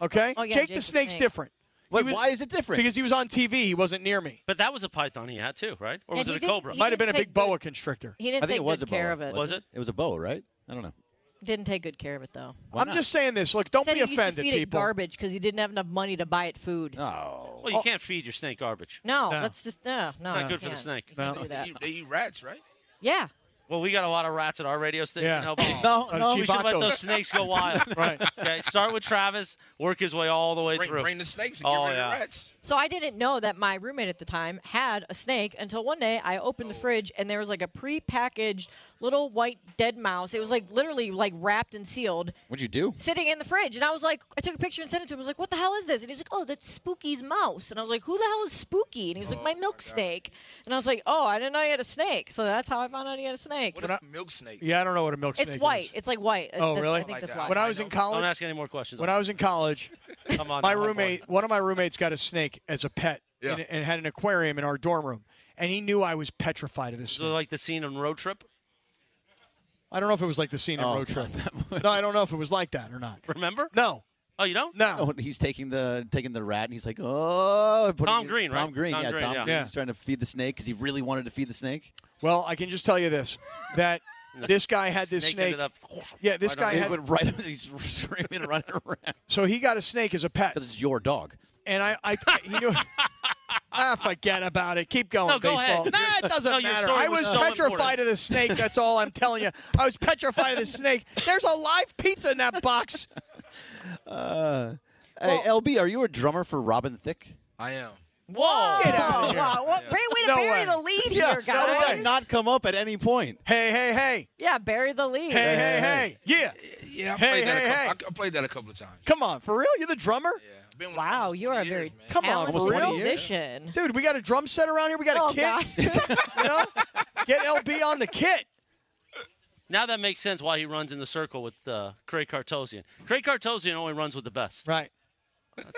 Speaker 4: Okay?
Speaker 2: Oh, yeah,
Speaker 4: Jake, the
Speaker 2: Jake's a
Speaker 4: snake's
Speaker 2: snake.
Speaker 4: different. He
Speaker 3: Wait,
Speaker 4: was-
Speaker 3: why is it different?
Speaker 4: Because he was on TV. He wasn't near me.
Speaker 1: But that was a python he had too, right? Or
Speaker 2: And
Speaker 1: was
Speaker 2: he
Speaker 1: it a
Speaker 2: didn't-
Speaker 1: cobra?
Speaker 2: he
Speaker 4: Might have been a
Speaker 2: take
Speaker 4: big
Speaker 2: good-
Speaker 4: boa constrictor.
Speaker 2: He
Speaker 3: I
Speaker 2: didn't
Speaker 3: think
Speaker 2: take
Speaker 3: it was
Speaker 2: good
Speaker 3: a boa.
Speaker 2: care of it.
Speaker 1: Was it?
Speaker 3: It was a boa, right? I don't know.
Speaker 2: Didn't take good care of it though.
Speaker 3: Why
Speaker 4: I'm
Speaker 3: not?
Speaker 4: just saying this. Look, don't
Speaker 2: Said
Speaker 4: be
Speaker 2: he used to
Speaker 4: offended,
Speaker 2: feed it
Speaker 4: people.
Speaker 2: garbage because he didn't have enough money to buy it food.
Speaker 3: Oh.
Speaker 1: Well, you can't feed your snake garbage.
Speaker 2: No,
Speaker 4: No.
Speaker 2: that's just no, no.
Speaker 1: Not
Speaker 2: you
Speaker 1: good for the
Speaker 2: can't.
Speaker 1: snake.
Speaker 2: You can't do
Speaker 7: They
Speaker 2: that.
Speaker 7: eat, they eat rats, right?
Speaker 2: Yeah.
Speaker 1: Well, we got a lot of rats at our radio station.
Speaker 4: Yeah.
Speaker 1: Help
Speaker 3: No,
Speaker 4: Uh,
Speaker 3: no.
Speaker 4: Chief-
Speaker 1: We should let
Speaker 4: Chivato.
Speaker 1: those snakes go wild.
Speaker 4: Right.
Speaker 1: Okay, start with Travis, work his way all the way
Speaker 7: Bring,
Speaker 1: through.
Speaker 7: bring the snakes and
Speaker 1: Oh,
Speaker 7: get rid
Speaker 1: yeah.
Speaker 7: of the rats.
Speaker 2: So I didn't know that my roommate at the time had a snake until one day I opened
Speaker 4: Oh.
Speaker 2: the fridge and there was like a prepackaged little white dead mouse. It was like literally like wrapped and sealed
Speaker 3: What'd you do?
Speaker 2: sitting in the fridge. And I was like, I took a picture and sent it to him. I was like, what the hell is this? And he's like, oh, that's Spooky's mouse. And I was like, who the hell is Spooky? And he was like,
Speaker 7: Oh
Speaker 2: my milk snake. And I was like, oh, I didn't know you had a snake. So that's how I found out he had a snake.
Speaker 7: What is milk snake?
Speaker 4: Yeah, I don't know what a milk snake
Speaker 2: It's white.
Speaker 4: is.
Speaker 2: It's like white.
Speaker 4: Oh,
Speaker 2: That's-
Speaker 4: really?
Speaker 2: I think
Speaker 7: Like
Speaker 2: that's
Speaker 7: that.
Speaker 2: why.
Speaker 4: When I was in college,
Speaker 1: Don't ask any more questions.
Speaker 4: when I was in college,
Speaker 1: Come on,
Speaker 4: my
Speaker 1: now, homeboy.
Speaker 4: roommate, one of my roommates got a snake as a pet
Speaker 7: Yeah.
Speaker 4: and, and had an aquarium in our dorm room. And he knew I was petrified of this
Speaker 1: So
Speaker 4: snake.
Speaker 1: like the scene on Road Trip.
Speaker 4: I don't know if it was like the scene in
Speaker 3: Oh,
Speaker 4: Road Trip.
Speaker 3: God, that
Speaker 4: no, I don't know if it was like that or not.
Speaker 1: Remember?
Speaker 4: No,
Speaker 1: Oh, you don't?
Speaker 4: no.
Speaker 3: Oh, and he's taking the taking the rat, and he's like, "Oh, and putting
Speaker 1: Tom
Speaker 3: it-
Speaker 1: Green, right?
Speaker 3: Tom Green,
Speaker 1: Tom
Speaker 3: yeah,
Speaker 1: Green,
Speaker 3: Tom
Speaker 1: yeah.
Speaker 3: Green.
Speaker 4: Yeah.
Speaker 3: He's trying to feed the snake because he really wanted to feed the snake.
Speaker 4: Well, I can just tell you this: that this guy had this
Speaker 1: Snake
Speaker 4: snake.
Speaker 1: ended up.
Speaker 4: Yeah, this guy
Speaker 3: He
Speaker 4: had.
Speaker 3: went right up, he's screaming and running around
Speaker 4: So he got a snake as a pet,
Speaker 3: because it's your dog.
Speaker 4: and I, I, he knew. ah, forget about it. Keep going,
Speaker 1: No, go
Speaker 4: baseball.
Speaker 1: ahead.
Speaker 4: Nah, it doesn't
Speaker 1: No, your
Speaker 4: matter.
Speaker 1: story
Speaker 4: I was,
Speaker 1: was so
Speaker 4: petrified
Speaker 1: important.
Speaker 4: of the snake. That's all I'm telling you. I was petrified of the snake. There's a live pizza in that box.
Speaker 3: Uh, Hey, LB, are you a drummer for Robin Thicke?
Speaker 7: I am.
Speaker 2: Whoa!
Speaker 4: Get outta here.
Speaker 2: Wow, what, Way to
Speaker 4: No
Speaker 2: bury
Speaker 4: way.
Speaker 2: the lead here,
Speaker 3: How did
Speaker 2: guys.
Speaker 3: that not come up at any point?
Speaker 4: Hey, hey, hey,
Speaker 2: yeah, bury the lead.
Speaker 4: hey, hey, hey, yeah.
Speaker 7: Yeah, I
Speaker 4: Hey,
Speaker 7: played that.
Speaker 4: hey,
Speaker 7: a
Speaker 4: hey.
Speaker 7: couple, I played that a couple of times.
Speaker 4: Come on, for real? You're the drummer?
Speaker 7: Yeah. Been with-
Speaker 2: Wow,
Speaker 7: almost
Speaker 2: you are
Speaker 7: 20
Speaker 2: very
Speaker 7: years, man.
Speaker 4: Come on,
Speaker 2: talented
Speaker 4: for real?
Speaker 2: musician.
Speaker 4: Dude, we got a drum set around here. We got
Speaker 2: Oh,
Speaker 4: a kid.
Speaker 2: God.
Speaker 4: you know? Get LB on the kit.
Speaker 1: Now that makes sense why he runs in the circle with uh, Craig Cartosian. Craig Cartosian only runs with the best.
Speaker 4: Right.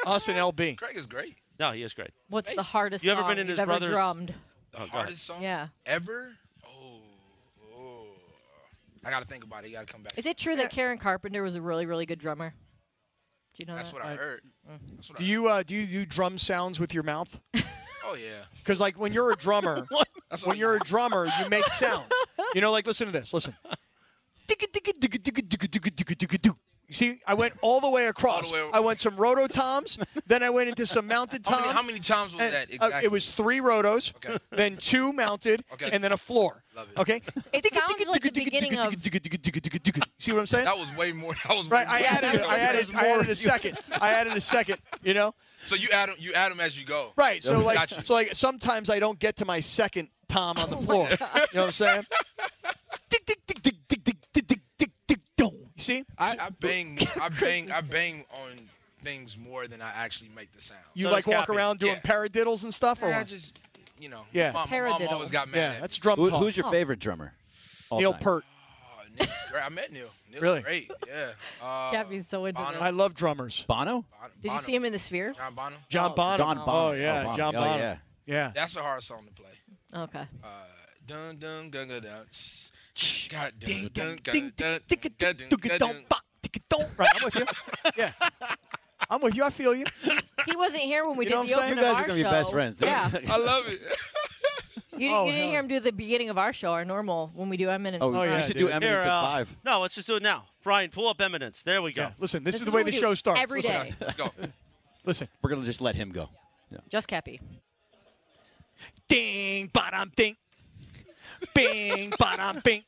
Speaker 4: Us and LB.
Speaker 7: Craig is great.
Speaker 1: No, he is great.
Speaker 2: What's the hardest
Speaker 1: You ever
Speaker 2: song
Speaker 1: been in
Speaker 2: you've
Speaker 1: his
Speaker 2: ever
Speaker 1: brother's-
Speaker 2: drummed?
Speaker 1: Oh, go ahead.
Speaker 7: Hardest song
Speaker 2: Yeah.
Speaker 7: ever? Oh, oh. I got to think about it. You got to come back.
Speaker 2: Is it true that
Speaker 4: Eh,
Speaker 2: Karen Carpenter was a really, really good drummer? Do you know
Speaker 7: That's
Speaker 2: that? mm.
Speaker 7: what I heard. That's what
Speaker 4: Do you uh, do you do drum sounds with your mouth?
Speaker 7: I, oh, yeah.
Speaker 4: Because like when you're a drummer, when you're a drummer, you make sounds. You know, like listen to this. Listen. You see, I went all the way across. I went some rototoms, then I went into some mounted
Speaker 7: How
Speaker 4: toms.
Speaker 7: many- how many toms was
Speaker 4: and,
Speaker 7: that
Speaker 4: uh,
Speaker 7: exactly?
Speaker 4: it was three rotos, then two mounted,
Speaker 7: Okay.
Speaker 4: and then a floor.
Speaker 7: Love it.
Speaker 4: Okay.
Speaker 2: It sounds like the beginning of.
Speaker 4: See what I'm saying?
Speaker 7: That was way more. That was
Speaker 4: Right.
Speaker 7: Way
Speaker 4: I
Speaker 7: more
Speaker 4: added. I added. I added a second. I added a second. You know.
Speaker 7: So you add them. You add 'em as you go.
Speaker 4: Right. So like
Speaker 7: Got you.
Speaker 4: so like sometimes I don't get to my second tom on the floor. you know what I'm saying? You see?
Speaker 7: I, I bang. I bang. I bang on things more than I actually make the sound.
Speaker 4: You like walk around doing
Speaker 7: Yeah.
Speaker 4: paradiddles and stuff or
Speaker 7: Yeah, I
Speaker 4: what?
Speaker 7: just, you know,
Speaker 4: Yeah.
Speaker 7: yeah. my, my mom
Speaker 4: Paradiddle.
Speaker 7: always got mad
Speaker 4: Yeah,
Speaker 7: at me.
Speaker 4: that's drum Who- talk. who's your Oh.
Speaker 3: favorite drummer? All
Speaker 4: Neil
Speaker 3: time.
Speaker 4: Pert.
Speaker 7: Great, I met Neil. Neil
Speaker 4: Really?
Speaker 7: really? Great. Yeah. Uh,
Speaker 2: Gabby's so into
Speaker 7: Bono.
Speaker 4: I love drummers.
Speaker 3: Bono?
Speaker 2: Did you see him in the Sphere?
Speaker 7: John Bonham.
Speaker 4: John Bonham.
Speaker 3: John
Speaker 4: Oh
Speaker 3: Bonham.
Speaker 4: yeah,
Speaker 3: Oh, Bonham.
Speaker 4: John
Speaker 3: Oh,
Speaker 4: Bonham.
Speaker 3: yeah.
Speaker 4: Yeah.
Speaker 7: That's a hard song to play.
Speaker 2: Okay.
Speaker 7: Uh, dun dun dun dun dun. God dun dun dun dun dun dun dun.
Speaker 4: Right, I'm with you. Yeah. I'm with you. I feel you.
Speaker 2: He wasn't here when we
Speaker 4: You know
Speaker 2: did the
Speaker 4: what I'm
Speaker 2: open of
Speaker 4: saying? You guys are
Speaker 2: our
Speaker 4: gonna be
Speaker 2: show.
Speaker 4: best friends.
Speaker 2: Yeah.
Speaker 7: I love it.
Speaker 2: You,
Speaker 4: Oh,
Speaker 2: you didn't
Speaker 4: hell.
Speaker 2: hear him do the beginning of our show, our normal, when we do Eminence.
Speaker 4: Oh,
Speaker 2: Live.
Speaker 4: yeah, We should do dude. Eminence at five.
Speaker 1: uh, No, let's just do it now. Brian, pull up Eminence. There we go.
Speaker 4: Listen, this,
Speaker 2: This
Speaker 4: is
Speaker 2: is
Speaker 4: the
Speaker 2: what
Speaker 4: way
Speaker 2: we
Speaker 4: the
Speaker 2: do
Speaker 4: show starts.
Speaker 2: every
Speaker 4: Listen.
Speaker 2: day.
Speaker 7: Let's go.
Speaker 4: Listen.
Speaker 3: We're gonna just let him go.
Speaker 2: Just Cappy.
Speaker 4: Ding, bottom ding. Bing, bottom bing.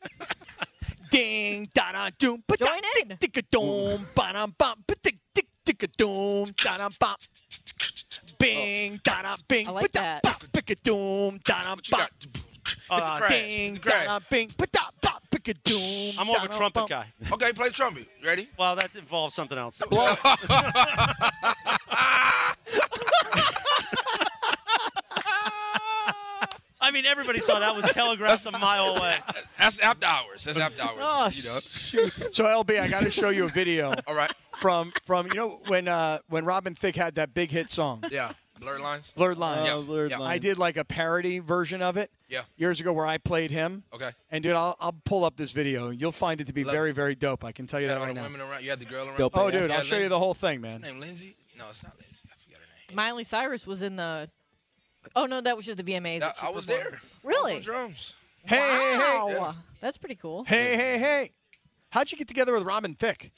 Speaker 4: Ding, da da doom. Join in. Tick a doom, bottom bump. Tick tick tick a doom, da da bump. Bing, da da bing. I like that. Pick a doom, da da bump.
Speaker 7: All right.
Speaker 4: Ding,
Speaker 7: It's a crash.
Speaker 4: da da bing. Put da bop. Pick a doom.
Speaker 1: I'm more of a
Speaker 4: da-da,
Speaker 1: trumpet
Speaker 4: bump.
Speaker 1: guy.
Speaker 7: Okay, play trumpet. Ready?
Speaker 1: Well, that involves something else. I mean, everybody saw that was telegraphed a mile away.
Speaker 7: That's after hours. That's after hours.
Speaker 4: Oh,
Speaker 7: you know.
Speaker 4: shoot. So LB, I got to show you a video.
Speaker 7: All right.
Speaker 4: From from you know when uh when Robin Thicke had that big hit song.
Speaker 7: Yeah. Blurred lines.
Speaker 4: Blurred Lines.
Speaker 2: Oh,
Speaker 7: Yeah. yeah.
Speaker 4: I did like a parody version of it.
Speaker 7: Yeah.
Speaker 4: Years ago, where I played him.
Speaker 7: Okay.
Speaker 4: And dude, I'll, I'll pull up this video. You'll find it to be
Speaker 7: Love
Speaker 4: very, very dope. I can tell you
Speaker 7: You had
Speaker 4: that
Speaker 7: all
Speaker 4: right
Speaker 7: the
Speaker 4: now.
Speaker 7: women around. You had the girl around.
Speaker 4: Dope Oh, AF. dude,
Speaker 7: You
Speaker 4: I'll
Speaker 7: had
Speaker 4: show you the whole thing, man.
Speaker 7: Her name Lindsay? No, it's not Lindsay. I forget her name.
Speaker 2: Miley Cyrus was in the. Oh, no, that was just the VMAs.
Speaker 7: That-
Speaker 2: that she
Speaker 7: I was
Speaker 2: performed.
Speaker 7: there.
Speaker 2: Really?
Speaker 7: On drums.
Speaker 4: Hey, hey, hey.
Speaker 2: wow. That's pretty cool.
Speaker 4: Hey, hey, hey. How'd you get together with Robin Thicke?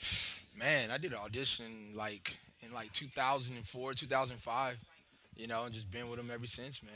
Speaker 7: Man, I did an audition like in like 2004, 2005. You know, and just been with him ever since, man.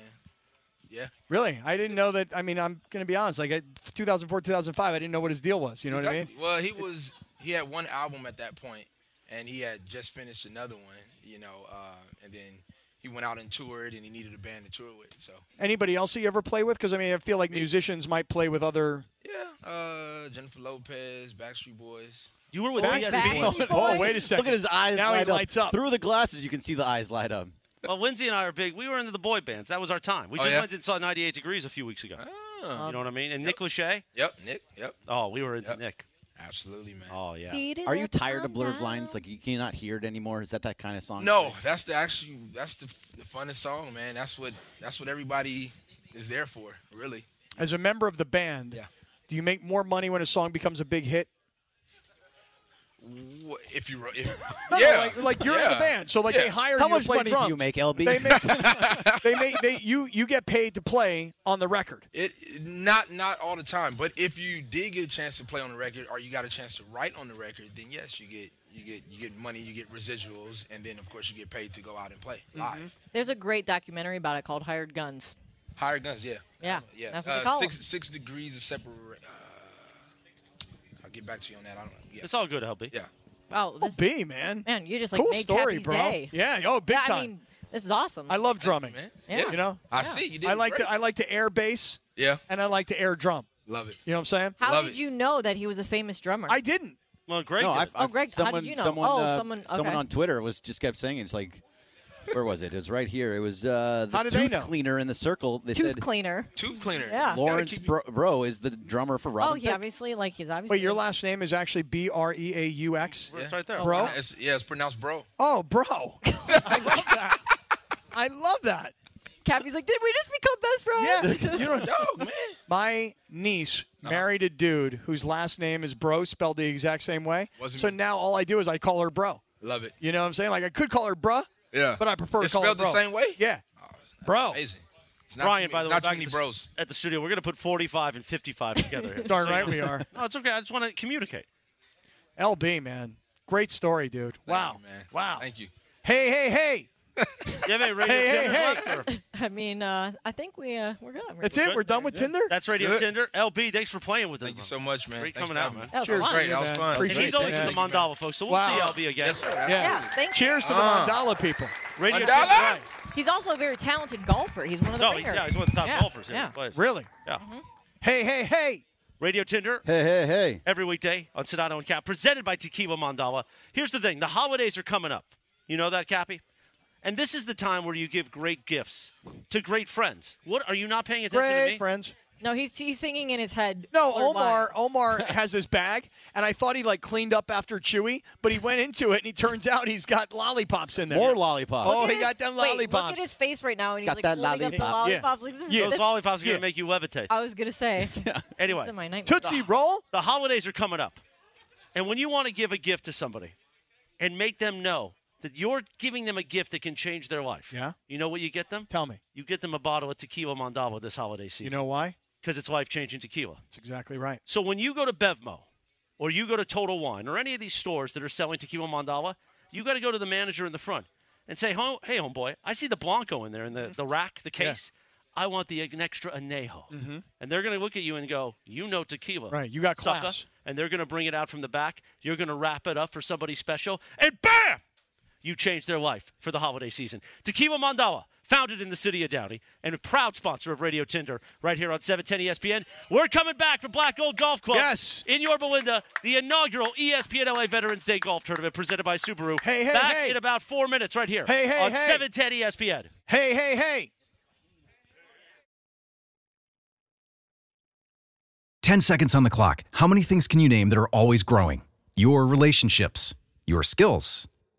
Speaker 7: Yeah.
Speaker 4: Really? I didn't know that. I mean, I'm going to be honest. Like, I- 2004, 2005, I didn't know what his deal was. You know what I mean?
Speaker 7: Exactly. Well, he was he had one album at that point, and he had just finished another one. You know, uh, and then he went out and toured, and he needed a band to tour with. So
Speaker 4: Anybody else that you ever play with? Because, I mean, I feel like musicians might play with other.
Speaker 7: yeah, uh, Jennifer Lopez, Backstreet Boys.
Speaker 1: You were with
Speaker 4: Backstreet
Speaker 1: ESP.
Speaker 4: Boys. Oh, wait a second.
Speaker 3: Look at his eyes.
Speaker 4: Now he
Speaker 3: light
Speaker 4: lights up.
Speaker 3: Through the glasses, you can see the eyes light up.
Speaker 1: Well, Lindsay and I are big. We were into the boy bands. That was our time. We
Speaker 3: Oh,
Speaker 1: just
Speaker 3: yeah?
Speaker 1: went and saw 98 Degrees a few weeks ago.
Speaker 7: Oh.
Speaker 1: You know what I mean? And Nick Lachey.
Speaker 7: Yep, Nick. Yep,
Speaker 1: Oh, we were into Nick.
Speaker 7: absolutely, man.
Speaker 1: Oh yeah.
Speaker 3: Are you tired of blurred lines? Like you cannot hear it anymore? Is that that kind of song?
Speaker 7: No, that's the actually that's the the funnest song, man. That's what that's what everybody is there for, really.
Speaker 4: As a member of the band,
Speaker 7: Yeah.
Speaker 4: do you make more money when a song becomes a big hit?
Speaker 7: Wh- If you, ro- if,
Speaker 4: No, no,
Speaker 7: yeah,
Speaker 4: like, like you're in the
Speaker 7: yeah.
Speaker 4: band, so like they
Speaker 7: Yeah.
Speaker 4: hire
Speaker 3: How
Speaker 4: you
Speaker 3: much
Speaker 4: to play
Speaker 3: money
Speaker 4: drums.
Speaker 3: do you make, LB?
Speaker 4: They make, they make, they you you get paid to play on the record.
Speaker 7: It not not all the time, but if you did get a chance to play on the record, or you got a chance to write on the record, then yes, you get you get you get money, you get residuals, and then of course you get paid to go out and play
Speaker 2: Mm-hmm.
Speaker 7: live.
Speaker 4: Mm-hmm.
Speaker 2: There's a great documentary about it called Hired Guns.
Speaker 7: Higher guns, yeah,
Speaker 2: Yeah,
Speaker 7: yeah.
Speaker 2: that's what they
Speaker 7: Uh,
Speaker 2: call
Speaker 7: six
Speaker 2: 'em.
Speaker 7: six degrees of separation. I'll get back to you on that. I don't know. Yeah.
Speaker 1: It's all good, Hubby.
Speaker 7: Yeah.
Speaker 2: Wow, Oh, this,
Speaker 4: Oh, B man,
Speaker 2: man, you just like
Speaker 4: cool
Speaker 2: made
Speaker 4: story,
Speaker 2: Cappy's
Speaker 4: bro.
Speaker 2: day.
Speaker 4: Yeah, oh, big
Speaker 2: Yeah, I
Speaker 4: time.
Speaker 2: mean, this is awesome.
Speaker 4: I love drumming.
Speaker 7: man.
Speaker 2: Yeah.
Speaker 4: You know,
Speaker 7: I see you did.
Speaker 4: I like
Speaker 7: great.
Speaker 4: to I like to air bass
Speaker 7: Yeah,
Speaker 4: and I like to air drum.
Speaker 7: love it.
Speaker 4: You know what I'm saying?
Speaker 2: How
Speaker 7: love
Speaker 2: did
Speaker 7: it.
Speaker 2: you know that he was a famous drummer?
Speaker 4: I didn't.
Speaker 1: Well, Greg.
Speaker 3: No,
Speaker 1: did
Speaker 3: I've,
Speaker 1: it.
Speaker 2: Oh,
Speaker 3: I've-
Speaker 2: Greg, how did
Speaker 3: someone,
Speaker 2: you know?
Speaker 3: Someone,
Speaker 2: Oh,
Speaker 3: uh,
Speaker 2: someone- okay.
Speaker 3: on Twitter was just kept saying it's like Where was it? It was right here. It was uh, the
Speaker 2: How did they
Speaker 3: tooth
Speaker 2: know?
Speaker 3: cleaner in the circle. They
Speaker 2: Tooth
Speaker 3: said
Speaker 2: cleaner.
Speaker 7: Tooth cleaner.
Speaker 2: Yeah.
Speaker 3: Lawrence Bro, Bro is the drummer for
Speaker 2: Oh,
Speaker 3: Robin.
Speaker 2: he obviously like he's obviously.
Speaker 4: Wait, your last name is actually B R E A U X.
Speaker 7: Yeah. It's right there.
Speaker 4: bro.
Speaker 7: It's, yeah, it's pronounced bro.
Speaker 4: Oh, bro. I love that. I love that.
Speaker 2: Cappy's like, did we just become best friends?
Speaker 4: Yeah. You don't
Speaker 7: know, man.
Speaker 4: My niece
Speaker 7: Uh-huh.
Speaker 4: married a dude whose last name is Bro, spelled the exact same way.
Speaker 7: Wasn't
Speaker 4: so
Speaker 7: me.
Speaker 4: now all I do is I call her Bro.
Speaker 7: Love it.
Speaker 4: You know what I'm saying? Like I could call her Bruh.
Speaker 7: Yeah.
Speaker 4: But I prefer
Speaker 7: It's
Speaker 4: to call her
Speaker 7: spelled the
Speaker 4: Bro.
Speaker 7: same way? Oh,
Speaker 4: Yeah. Bro.
Speaker 7: Amazing. It's not
Speaker 1: Brian,
Speaker 7: too many-
Speaker 1: by the
Speaker 7: it's
Speaker 1: way,
Speaker 7: not too
Speaker 1: back
Speaker 7: many
Speaker 1: at the,
Speaker 7: bros.
Speaker 1: at the studio, we're going to put 45 and 55 together. Here,
Speaker 4: Darn
Speaker 1: so
Speaker 4: right
Speaker 1: you
Speaker 4: we
Speaker 1: know.
Speaker 4: are.
Speaker 1: No, it's okay. I just want to communicate.
Speaker 4: LB, man. Great story, dude. wow.
Speaker 7: Man.
Speaker 4: Wow.
Speaker 7: Thank you.
Speaker 4: Hey, hey, hey.
Speaker 1: You have any radio
Speaker 4: Hey, hey,
Speaker 1: Tinder
Speaker 4: hey.
Speaker 1: left? or-
Speaker 2: I mean, uh, I think we uh, we're good. on
Speaker 4: That's
Speaker 2: radio.
Speaker 4: it. We're done with Tinder.
Speaker 1: That's Radio
Speaker 7: Good.
Speaker 1: Tinder. LB, thanks for playing with us.
Speaker 7: Thank you
Speaker 1: bro.
Speaker 7: so much, man.
Speaker 1: Great
Speaker 7: Thanks
Speaker 1: coming
Speaker 7: for
Speaker 1: out,
Speaker 7: having
Speaker 1: man.
Speaker 7: me.
Speaker 2: That was
Speaker 4: Cheers,
Speaker 2: a lot.
Speaker 7: Great. That was fun.
Speaker 4: Appreciate
Speaker 1: And he's
Speaker 4: Great,
Speaker 1: always
Speaker 4: thank
Speaker 1: with
Speaker 4: you,
Speaker 1: the Mondala, folks, so we'll
Speaker 4: Wow.
Speaker 1: see LB again.
Speaker 7: Yes, sir.
Speaker 4: Yeah.
Speaker 2: Yeah, thank you.
Speaker 4: Cheers to the
Speaker 7: Uh.
Speaker 4: Mandala people.
Speaker 1: Radio Tinder.
Speaker 7: Mandala?
Speaker 4: Right.
Speaker 2: He's also a very talented golfer. He's one of the
Speaker 1: No, he's,
Speaker 2: ringers.
Speaker 1: yeah, he's one of the top
Speaker 2: Yeah,
Speaker 1: golfers here.
Speaker 2: Yeah. Mm-hmm.
Speaker 1: in the place.
Speaker 4: Really?
Speaker 1: Yeah.
Speaker 4: Hey, hey, hey.
Speaker 1: Radio Tinder.
Speaker 3: Hey, hey, hey.
Speaker 1: every weekday on Sedano and Cap, presented by Tequila Mandala. Here's the thing: the holidays are coming up. You know that, Cappy. And this is the time where you give great gifts to great friends. What are you not paying attention to me?
Speaker 4: Great friends.
Speaker 2: No, he's he's singing in his head.
Speaker 4: No,
Speaker 2: Blurred
Speaker 4: Omar.
Speaker 2: Lines.
Speaker 4: Omar has his bag, and I thought he like cleaned up after Chewy, but he went into it, and he turns out he's got lollipops in there.
Speaker 3: More lollipops.
Speaker 4: Oh,
Speaker 2: Look at
Speaker 4: he
Speaker 2: his-
Speaker 4: got them
Speaker 2: wait, look
Speaker 4: lollipops.
Speaker 2: at his face right now, and he's
Speaker 3: Got
Speaker 2: like
Speaker 3: that
Speaker 2: holding up the
Speaker 3: lollipop.
Speaker 4: Yeah.
Speaker 2: lollipops. Like, this is-
Speaker 4: Yeah.
Speaker 1: Those lollipops are
Speaker 4: Yeah.
Speaker 1: going to make you levitate.
Speaker 2: I was gonna say.
Speaker 1: Anyway,
Speaker 2: This is my nightmare.
Speaker 4: Tootsie Roll.
Speaker 1: the holidays are coming up. And when you want to give a gift to somebody and make them know that you're giving them a gift that can change their life.
Speaker 4: Yeah.
Speaker 1: You know what you get them?
Speaker 4: Tell me,
Speaker 1: You get them a bottle of Tequila Mandala this holiday
Speaker 4: you
Speaker 1: season.
Speaker 4: know why?
Speaker 1: because it's life-changing tequila.
Speaker 4: That's exactly right.
Speaker 1: So when you go to Bevmo or you go to Total Wine or any of these stores that are selling tequila mandala, you got to go to the manager in the front and say, "Ho- hey, homeboy, I see the Blanco in there in the, the rack, the case. I want the an extra Anejo.
Speaker 4: Mm-hmm.
Speaker 1: And they're going to look at you and go, you know tequila.
Speaker 4: Right, you got
Speaker 1: sucker."
Speaker 4: class.
Speaker 1: And they're going to bring it out from the back. You're going to wrap it up for somebody special. And bam! you changed their life for the holiday season. Tequila Mandala, founded in the city of Downey and a proud sponsor of Radio Tinder right here on E 710 ESPN. We're coming back for Black Gold Golf Club.
Speaker 4: Yes.
Speaker 1: In your Belinda, the inaugural E ESPN LA Veterans Day Golf Tournament presented by Subaru.
Speaker 4: Hey, hey,
Speaker 1: back
Speaker 4: hey.
Speaker 1: in about four minutes right here
Speaker 4: Hey, hey,
Speaker 1: on E
Speaker 4: hey.
Speaker 1: 710 ESPN.
Speaker 4: Hey, hey, hey.
Speaker 6: 10 seconds on the clock. How many things can you name that are always growing? Your relationships, your skills,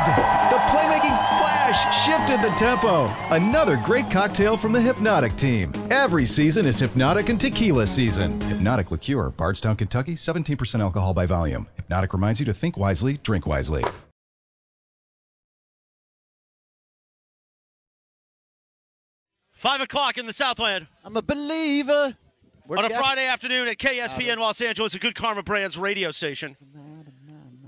Speaker 6: The playmaking splash shifted the tempo. Another great cocktail from the Hypnotic team. Every season is Hypnotic and Tequila season. Hypnotic Liqueur, Bardstown, Kentucky, 17% alcohol by volume. Hypnotic reminds you to think wisely, drink wisely.
Speaker 1: Five o'clock in the Southland.
Speaker 3: I'm a believer. Where's
Speaker 1: on a
Speaker 3: Gavin?
Speaker 1: Friday afternoon at KSPN Los Angeles, a good Karma Brands radio station.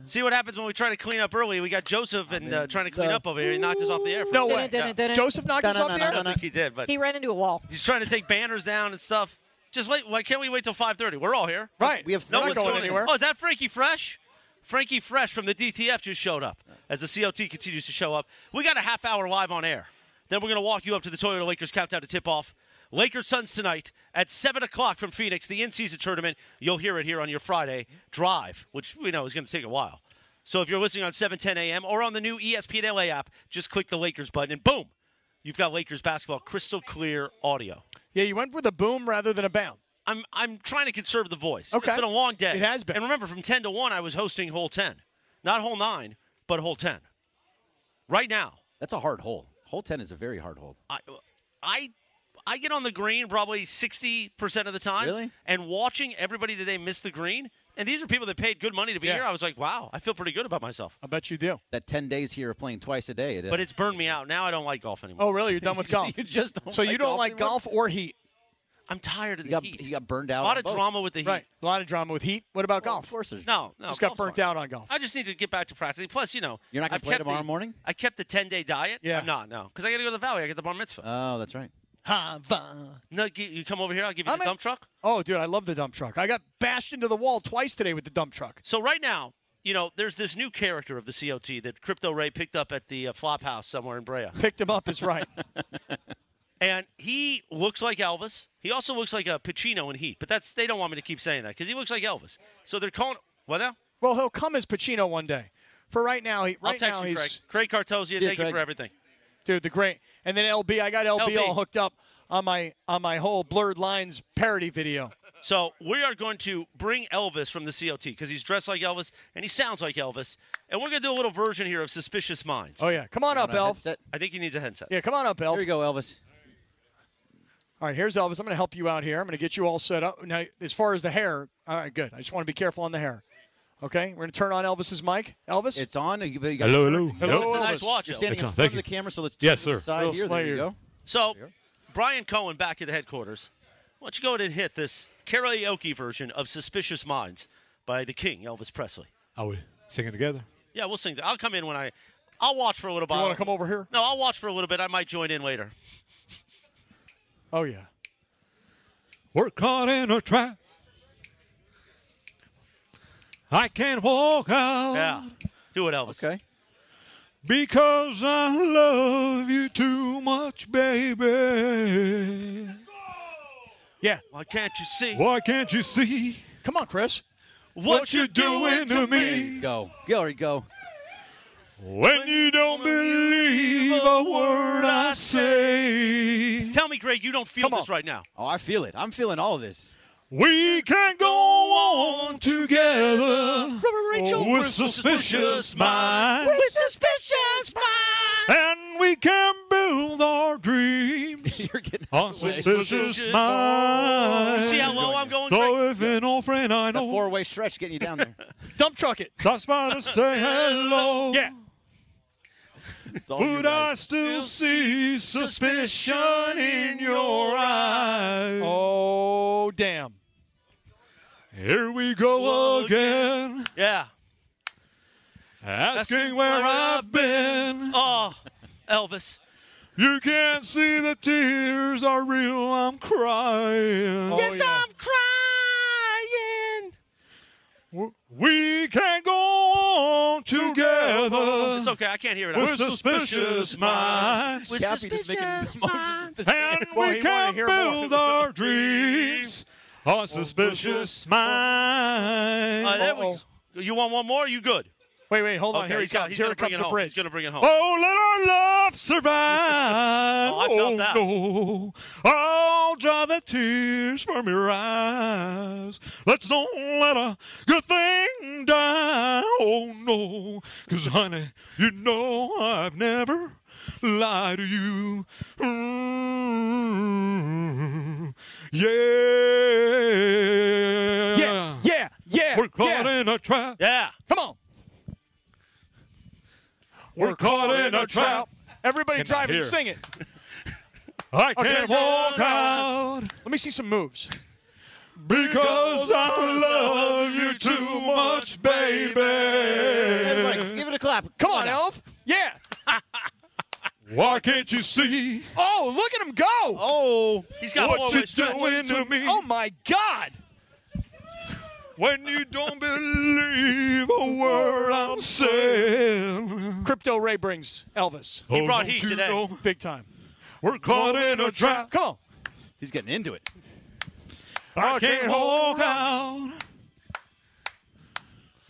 Speaker 1: See what happens when we try to clean up early. We got Joseph and uh, trying to clean
Speaker 3: the-
Speaker 1: up over here. He knocked us off the air. For
Speaker 4: No
Speaker 1: a
Speaker 4: way.
Speaker 1: second. Yeah.
Speaker 4: Joseph knocked us off the
Speaker 1: I
Speaker 4: air.
Speaker 1: don't think he did, but
Speaker 2: He ran into a wall.
Speaker 1: he's trying to take banners down and stuff. Just wait. Why can't we wait till 5:30? We're all here.
Speaker 4: Right.
Speaker 3: We have
Speaker 4: We're
Speaker 3: three-
Speaker 4: not going
Speaker 1: in.
Speaker 4: anywhere.
Speaker 1: Oh, is that Frankie Fresh? Frankie Fresh from the DTF just showed up as the COT continues to show up. We got a half hour live on air. Then we're going to walk you up to the Toyota Lakers countdown to tip off. Lakers Suns tonight at 7 o'clock from Phoenix, the in season tournament. You'll hear it here on your Friday drive, which we know is going to take a while. So if you're listening on 710 a.m. or on the new E ESPN LA app, just click the Lakers button and boom, you've got Lakers basketball crystal clear audio.
Speaker 4: Yeah, you went with a boom rather than a bound.
Speaker 1: I'm I'm trying to conserve the voice.
Speaker 4: Okay.
Speaker 1: It's been a long day.
Speaker 4: It has been.
Speaker 1: And remember, from ten to one, I was hosting hole ten, not hole nine, but hole ten. Right now,
Speaker 3: That's a hard hole. Hole 10 is a very hard hole.
Speaker 1: I I I get on the green probably 60% of the time.
Speaker 3: Really?
Speaker 1: And watching everybody today miss the green, and these are people that paid good money to be
Speaker 3: Yeah.
Speaker 1: here, I was like, wow, I feel pretty good about myself.
Speaker 4: I bet you do.
Speaker 3: That 10 days here of playing twice a day. It is.
Speaker 1: But it's burned me out. Now I don't like golf anymore.
Speaker 4: Oh, really? You're done with golf?
Speaker 3: you just don't
Speaker 4: so you
Speaker 3: like
Speaker 4: don't
Speaker 3: golf
Speaker 4: like
Speaker 3: anymore?
Speaker 4: golf or heat?
Speaker 1: I'm tired of
Speaker 4: the
Speaker 3: got-
Speaker 4: heat.
Speaker 3: he got burned out
Speaker 1: A lot
Speaker 3: on
Speaker 1: of
Speaker 3: both.
Speaker 1: drama with the heat.
Speaker 4: Right. A lot of drama with heat. What about golf? Of
Speaker 3: course there's
Speaker 1: No, no.
Speaker 4: Just got
Speaker 1: golf's
Speaker 4: burnt
Speaker 1: fine.
Speaker 4: out on golf.
Speaker 1: I just need to get back to practicing. Plus, you know,
Speaker 3: You're not gonna
Speaker 1: I've
Speaker 3: play
Speaker 1: kept
Speaker 3: tomorrow
Speaker 1: the-
Speaker 3: morning?
Speaker 1: I kept the 10 day diet.
Speaker 3: Yeah.
Speaker 1: I'm not, no. Because I got to go to the valley. I get the bar mitzvah.
Speaker 3: Oh, that's right.
Speaker 1: No, you- you come over here, I'll give you the dump truck.
Speaker 4: Oh, dude, I love the dump truck. I got bashed into the wall twice today with the dump truck.
Speaker 1: So right now, you know, there's this new character of the COT that Crypto Ray picked up at the uh, flop house somewhere in Brea.
Speaker 4: Picked him up is right.
Speaker 1: And he looks like Elvis. He also looks like a Pacino in Heat, but that's they don't want me to keep saying that because he looks like Elvis. So they're calling what now?
Speaker 4: well, he'll come as Pacino one day. For right now, he, right
Speaker 1: I'll text
Speaker 4: now
Speaker 1: you,
Speaker 4: he's
Speaker 1: Craig. Craig Cartosia,
Speaker 4: Yeah,
Speaker 1: thank you
Speaker 4: Craig.
Speaker 1: for everything.
Speaker 4: dude the great. And then LB, I got LB,
Speaker 1: LB.
Speaker 4: all hooked up on my on my whole blurred lines parody video.
Speaker 1: So we are going to bring Elvis from the COT because he's dressed like Elvis and he sounds like Elvis, and we're going to do a little version here of Suspicious Minds.
Speaker 4: Oh yeah, come on up, Elf.
Speaker 1: I think he needs a headset.
Speaker 4: Yeah, come on up, Elf. Here
Speaker 3: you go, Elvis.
Speaker 4: All right, here's Elvis. I'm going to help you out here. I'm going to get you all set up. Now, as far as the hair, all right, good. I just want to be careful on the hair. Okay, we're going to turn on Elvis's mic. Elvis,
Speaker 3: It's on. You, but you got
Speaker 9: Hello, hello.
Speaker 4: Hello,
Speaker 1: It's a
Speaker 4: Elvis.
Speaker 1: nice watch.
Speaker 3: You're
Speaker 1: Elvis.
Speaker 3: standing in front of the camera, so let's
Speaker 9: Yes,
Speaker 3: turn to the
Speaker 9: sir.
Speaker 3: side
Speaker 9: Little
Speaker 3: here. There you
Speaker 9: Slayer.
Speaker 3: go.
Speaker 1: So, Brian Cohen back at the headquarters. Why don't you go ahead and hit this karaoke version of Suspicious Minds by the King, Elvis Presley?
Speaker 9: Are we singing together?
Speaker 1: Yeah, we'll sing. I'll come in when I. I'll watch for a little
Speaker 4: you
Speaker 1: while.
Speaker 4: want to come over here?
Speaker 1: No, I'll watch for a little bit. I might join in later.
Speaker 4: Oh yeah.
Speaker 9: We're caught in a trap. I can't walk out.
Speaker 1: Yeah. Do it, Elvis.
Speaker 3: Okay.
Speaker 9: Because I love you too much, baby.
Speaker 4: Yeah.
Speaker 1: Why can't you see?
Speaker 9: Why can't you see
Speaker 4: Come on, Chris.
Speaker 1: what,
Speaker 9: you doing to me?
Speaker 3: Go. Go. you Go.
Speaker 9: When you don't believe a word I say.
Speaker 1: Tell me, Greg, you don't feel this right now.
Speaker 3: Oh, I feel it. I'm feeling all of this.
Speaker 9: We can go on together with suspicious minds,
Speaker 1: suspicious minds.
Speaker 9: and we can build our dreams on
Speaker 3: way.
Speaker 9: suspicious minds.
Speaker 1: See how low I'm going,
Speaker 9: So if an old friend I
Speaker 3: The
Speaker 9: know
Speaker 3: four-way stretch getting you down there.
Speaker 4: Dump truck it.
Speaker 9: stops by to say hello,
Speaker 4: Yeah.
Speaker 3: It's all you
Speaker 9: would I
Speaker 3: guys.
Speaker 9: still see suspicion in your eyes?
Speaker 4: Oh damn.
Speaker 9: Here we go again,
Speaker 1: Yeah.
Speaker 9: asking where I've been.
Speaker 1: Oh, Elvis.
Speaker 9: You can't see the tears are real. I'm crying.
Speaker 4: Yes, yeah.
Speaker 1: I'm crying.
Speaker 9: We can go on
Speaker 1: It's
Speaker 9: together
Speaker 1: okay. I can't hear it.
Speaker 9: with suspicious minds,
Speaker 1: With
Speaker 3: Cappy just making
Speaker 1: suspicious
Speaker 3: motions with
Speaker 9: and
Speaker 4: Well,
Speaker 9: we
Speaker 4: he wanted to
Speaker 9: can
Speaker 4: hear more.
Speaker 9: build our dreams on suspicious
Speaker 1: Uh, there
Speaker 9: minds.
Speaker 1: we- You want one more? You good?
Speaker 4: Wait, wait, hold on.
Speaker 1: Okay,
Speaker 4: Here he
Speaker 1: he's got-
Speaker 4: comes.
Speaker 1: he's
Speaker 4: Here
Speaker 1: gonna bring
Speaker 4: comes
Speaker 1: it
Speaker 4: the
Speaker 1: home.
Speaker 4: bridge.
Speaker 1: He's gonna bring it home.
Speaker 9: Oh, let our love survive.
Speaker 1: Oh, I felt
Speaker 9: Oh,
Speaker 1: that.
Speaker 9: no. I'll dry the tears from your eyes. Let's don't let a good thing die. Oh, no. Because, honey, you know I've never lied to you. Mm, yeah.
Speaker 4: Yeah, yeah, yeah.
Speaker 9: We're caught
Speaker 4: yeah.
Speaker 9: in a trap.
Speaker 1: Yeah.
Speaker 4: Come on.
Speaker 9: We're caught in a trap.
Speaker 4: Everybody
Speaker 9: Cannot
Speaker 4: drive and
Speaker 9: hear.
Speaker 4: sing it.
Speaker 9: I
Speaker 4: Okay,
Speaker 9: can't
Speaker 4: no,
Speaker 9: walk
Speaker 4: no.
Speaker 9: out.
Speaker 4: Let me see some moves.
Speaker 9: Because I love you too much,
Speaker 3: Everybody,
Speaker 9: baby.
Speaker 3: give it a clap.
Speaker 4: Come on, Elf. Yeah.
Speaker 9: Why can't you see
Speaker 4: Oh, look at him go.
Speaker 3: Oh,
Speaker 1: He's got four
Speaker 9: what you're doing to
Speaker 4: Oh
Speaker 9: me
Speaker 4: my God.
Speaker 9: when you don't believe a word I'm saying?
Speaker 4: Crypto Ray brings Elvis.
Speaker 9: He
Speaker 1: brought heat today.
Speaker 4: Big time.
Speaker 9: We're caught in a trap.
Speaker 4: Come on.
Speaker 3: he's getting into it.
Speaker 9: I can't walk out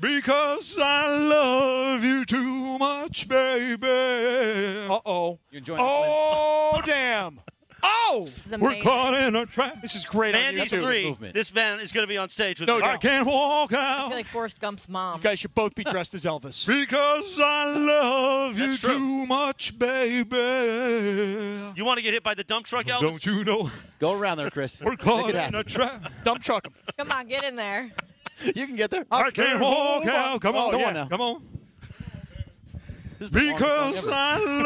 Speaker 9: because I love you too much, baby.
Speaker 4: Uh oh.
Speaker 3: You're enjoying
Speaker 4: Oh damn. Oh!
Speaker 9: We're caught in a trap.
Speaker 4: This is great.
Speaker 1: Mandy's three. This man is going to be on stage with
Speaker 4: No
Speaker 1: me.
Speaker 4: doubt.
Speaker 9: I can't walk
Speaker 2: I
Speaker 9: out
Speaker 2: feel like Forrest Gump's mom.
Speaker 4: You guys should both be dressed as Elvis.
Speaker 9: because I love you too much, baby.
Speaker 1: You want to get hit by the dump truck, Elvis?
Speaker 9: Don't you know?
Speaker 3: Go around there, Chris.
Speaker 9: We're caught in a trap.
Speaker 4: Dump truck him.
Speaker 2: Come on, get in there.
Speaker 3: You can get there.
Speaker 9: I can't walk out. Come on,
Speaker 3: Go
Speaker 9: yeah,
Speaker 3: on now.
Speaker 9: Come on.
Speaker 3: is the longest
Speaker 9: Because
Speaker 3: song
Speaker 9: I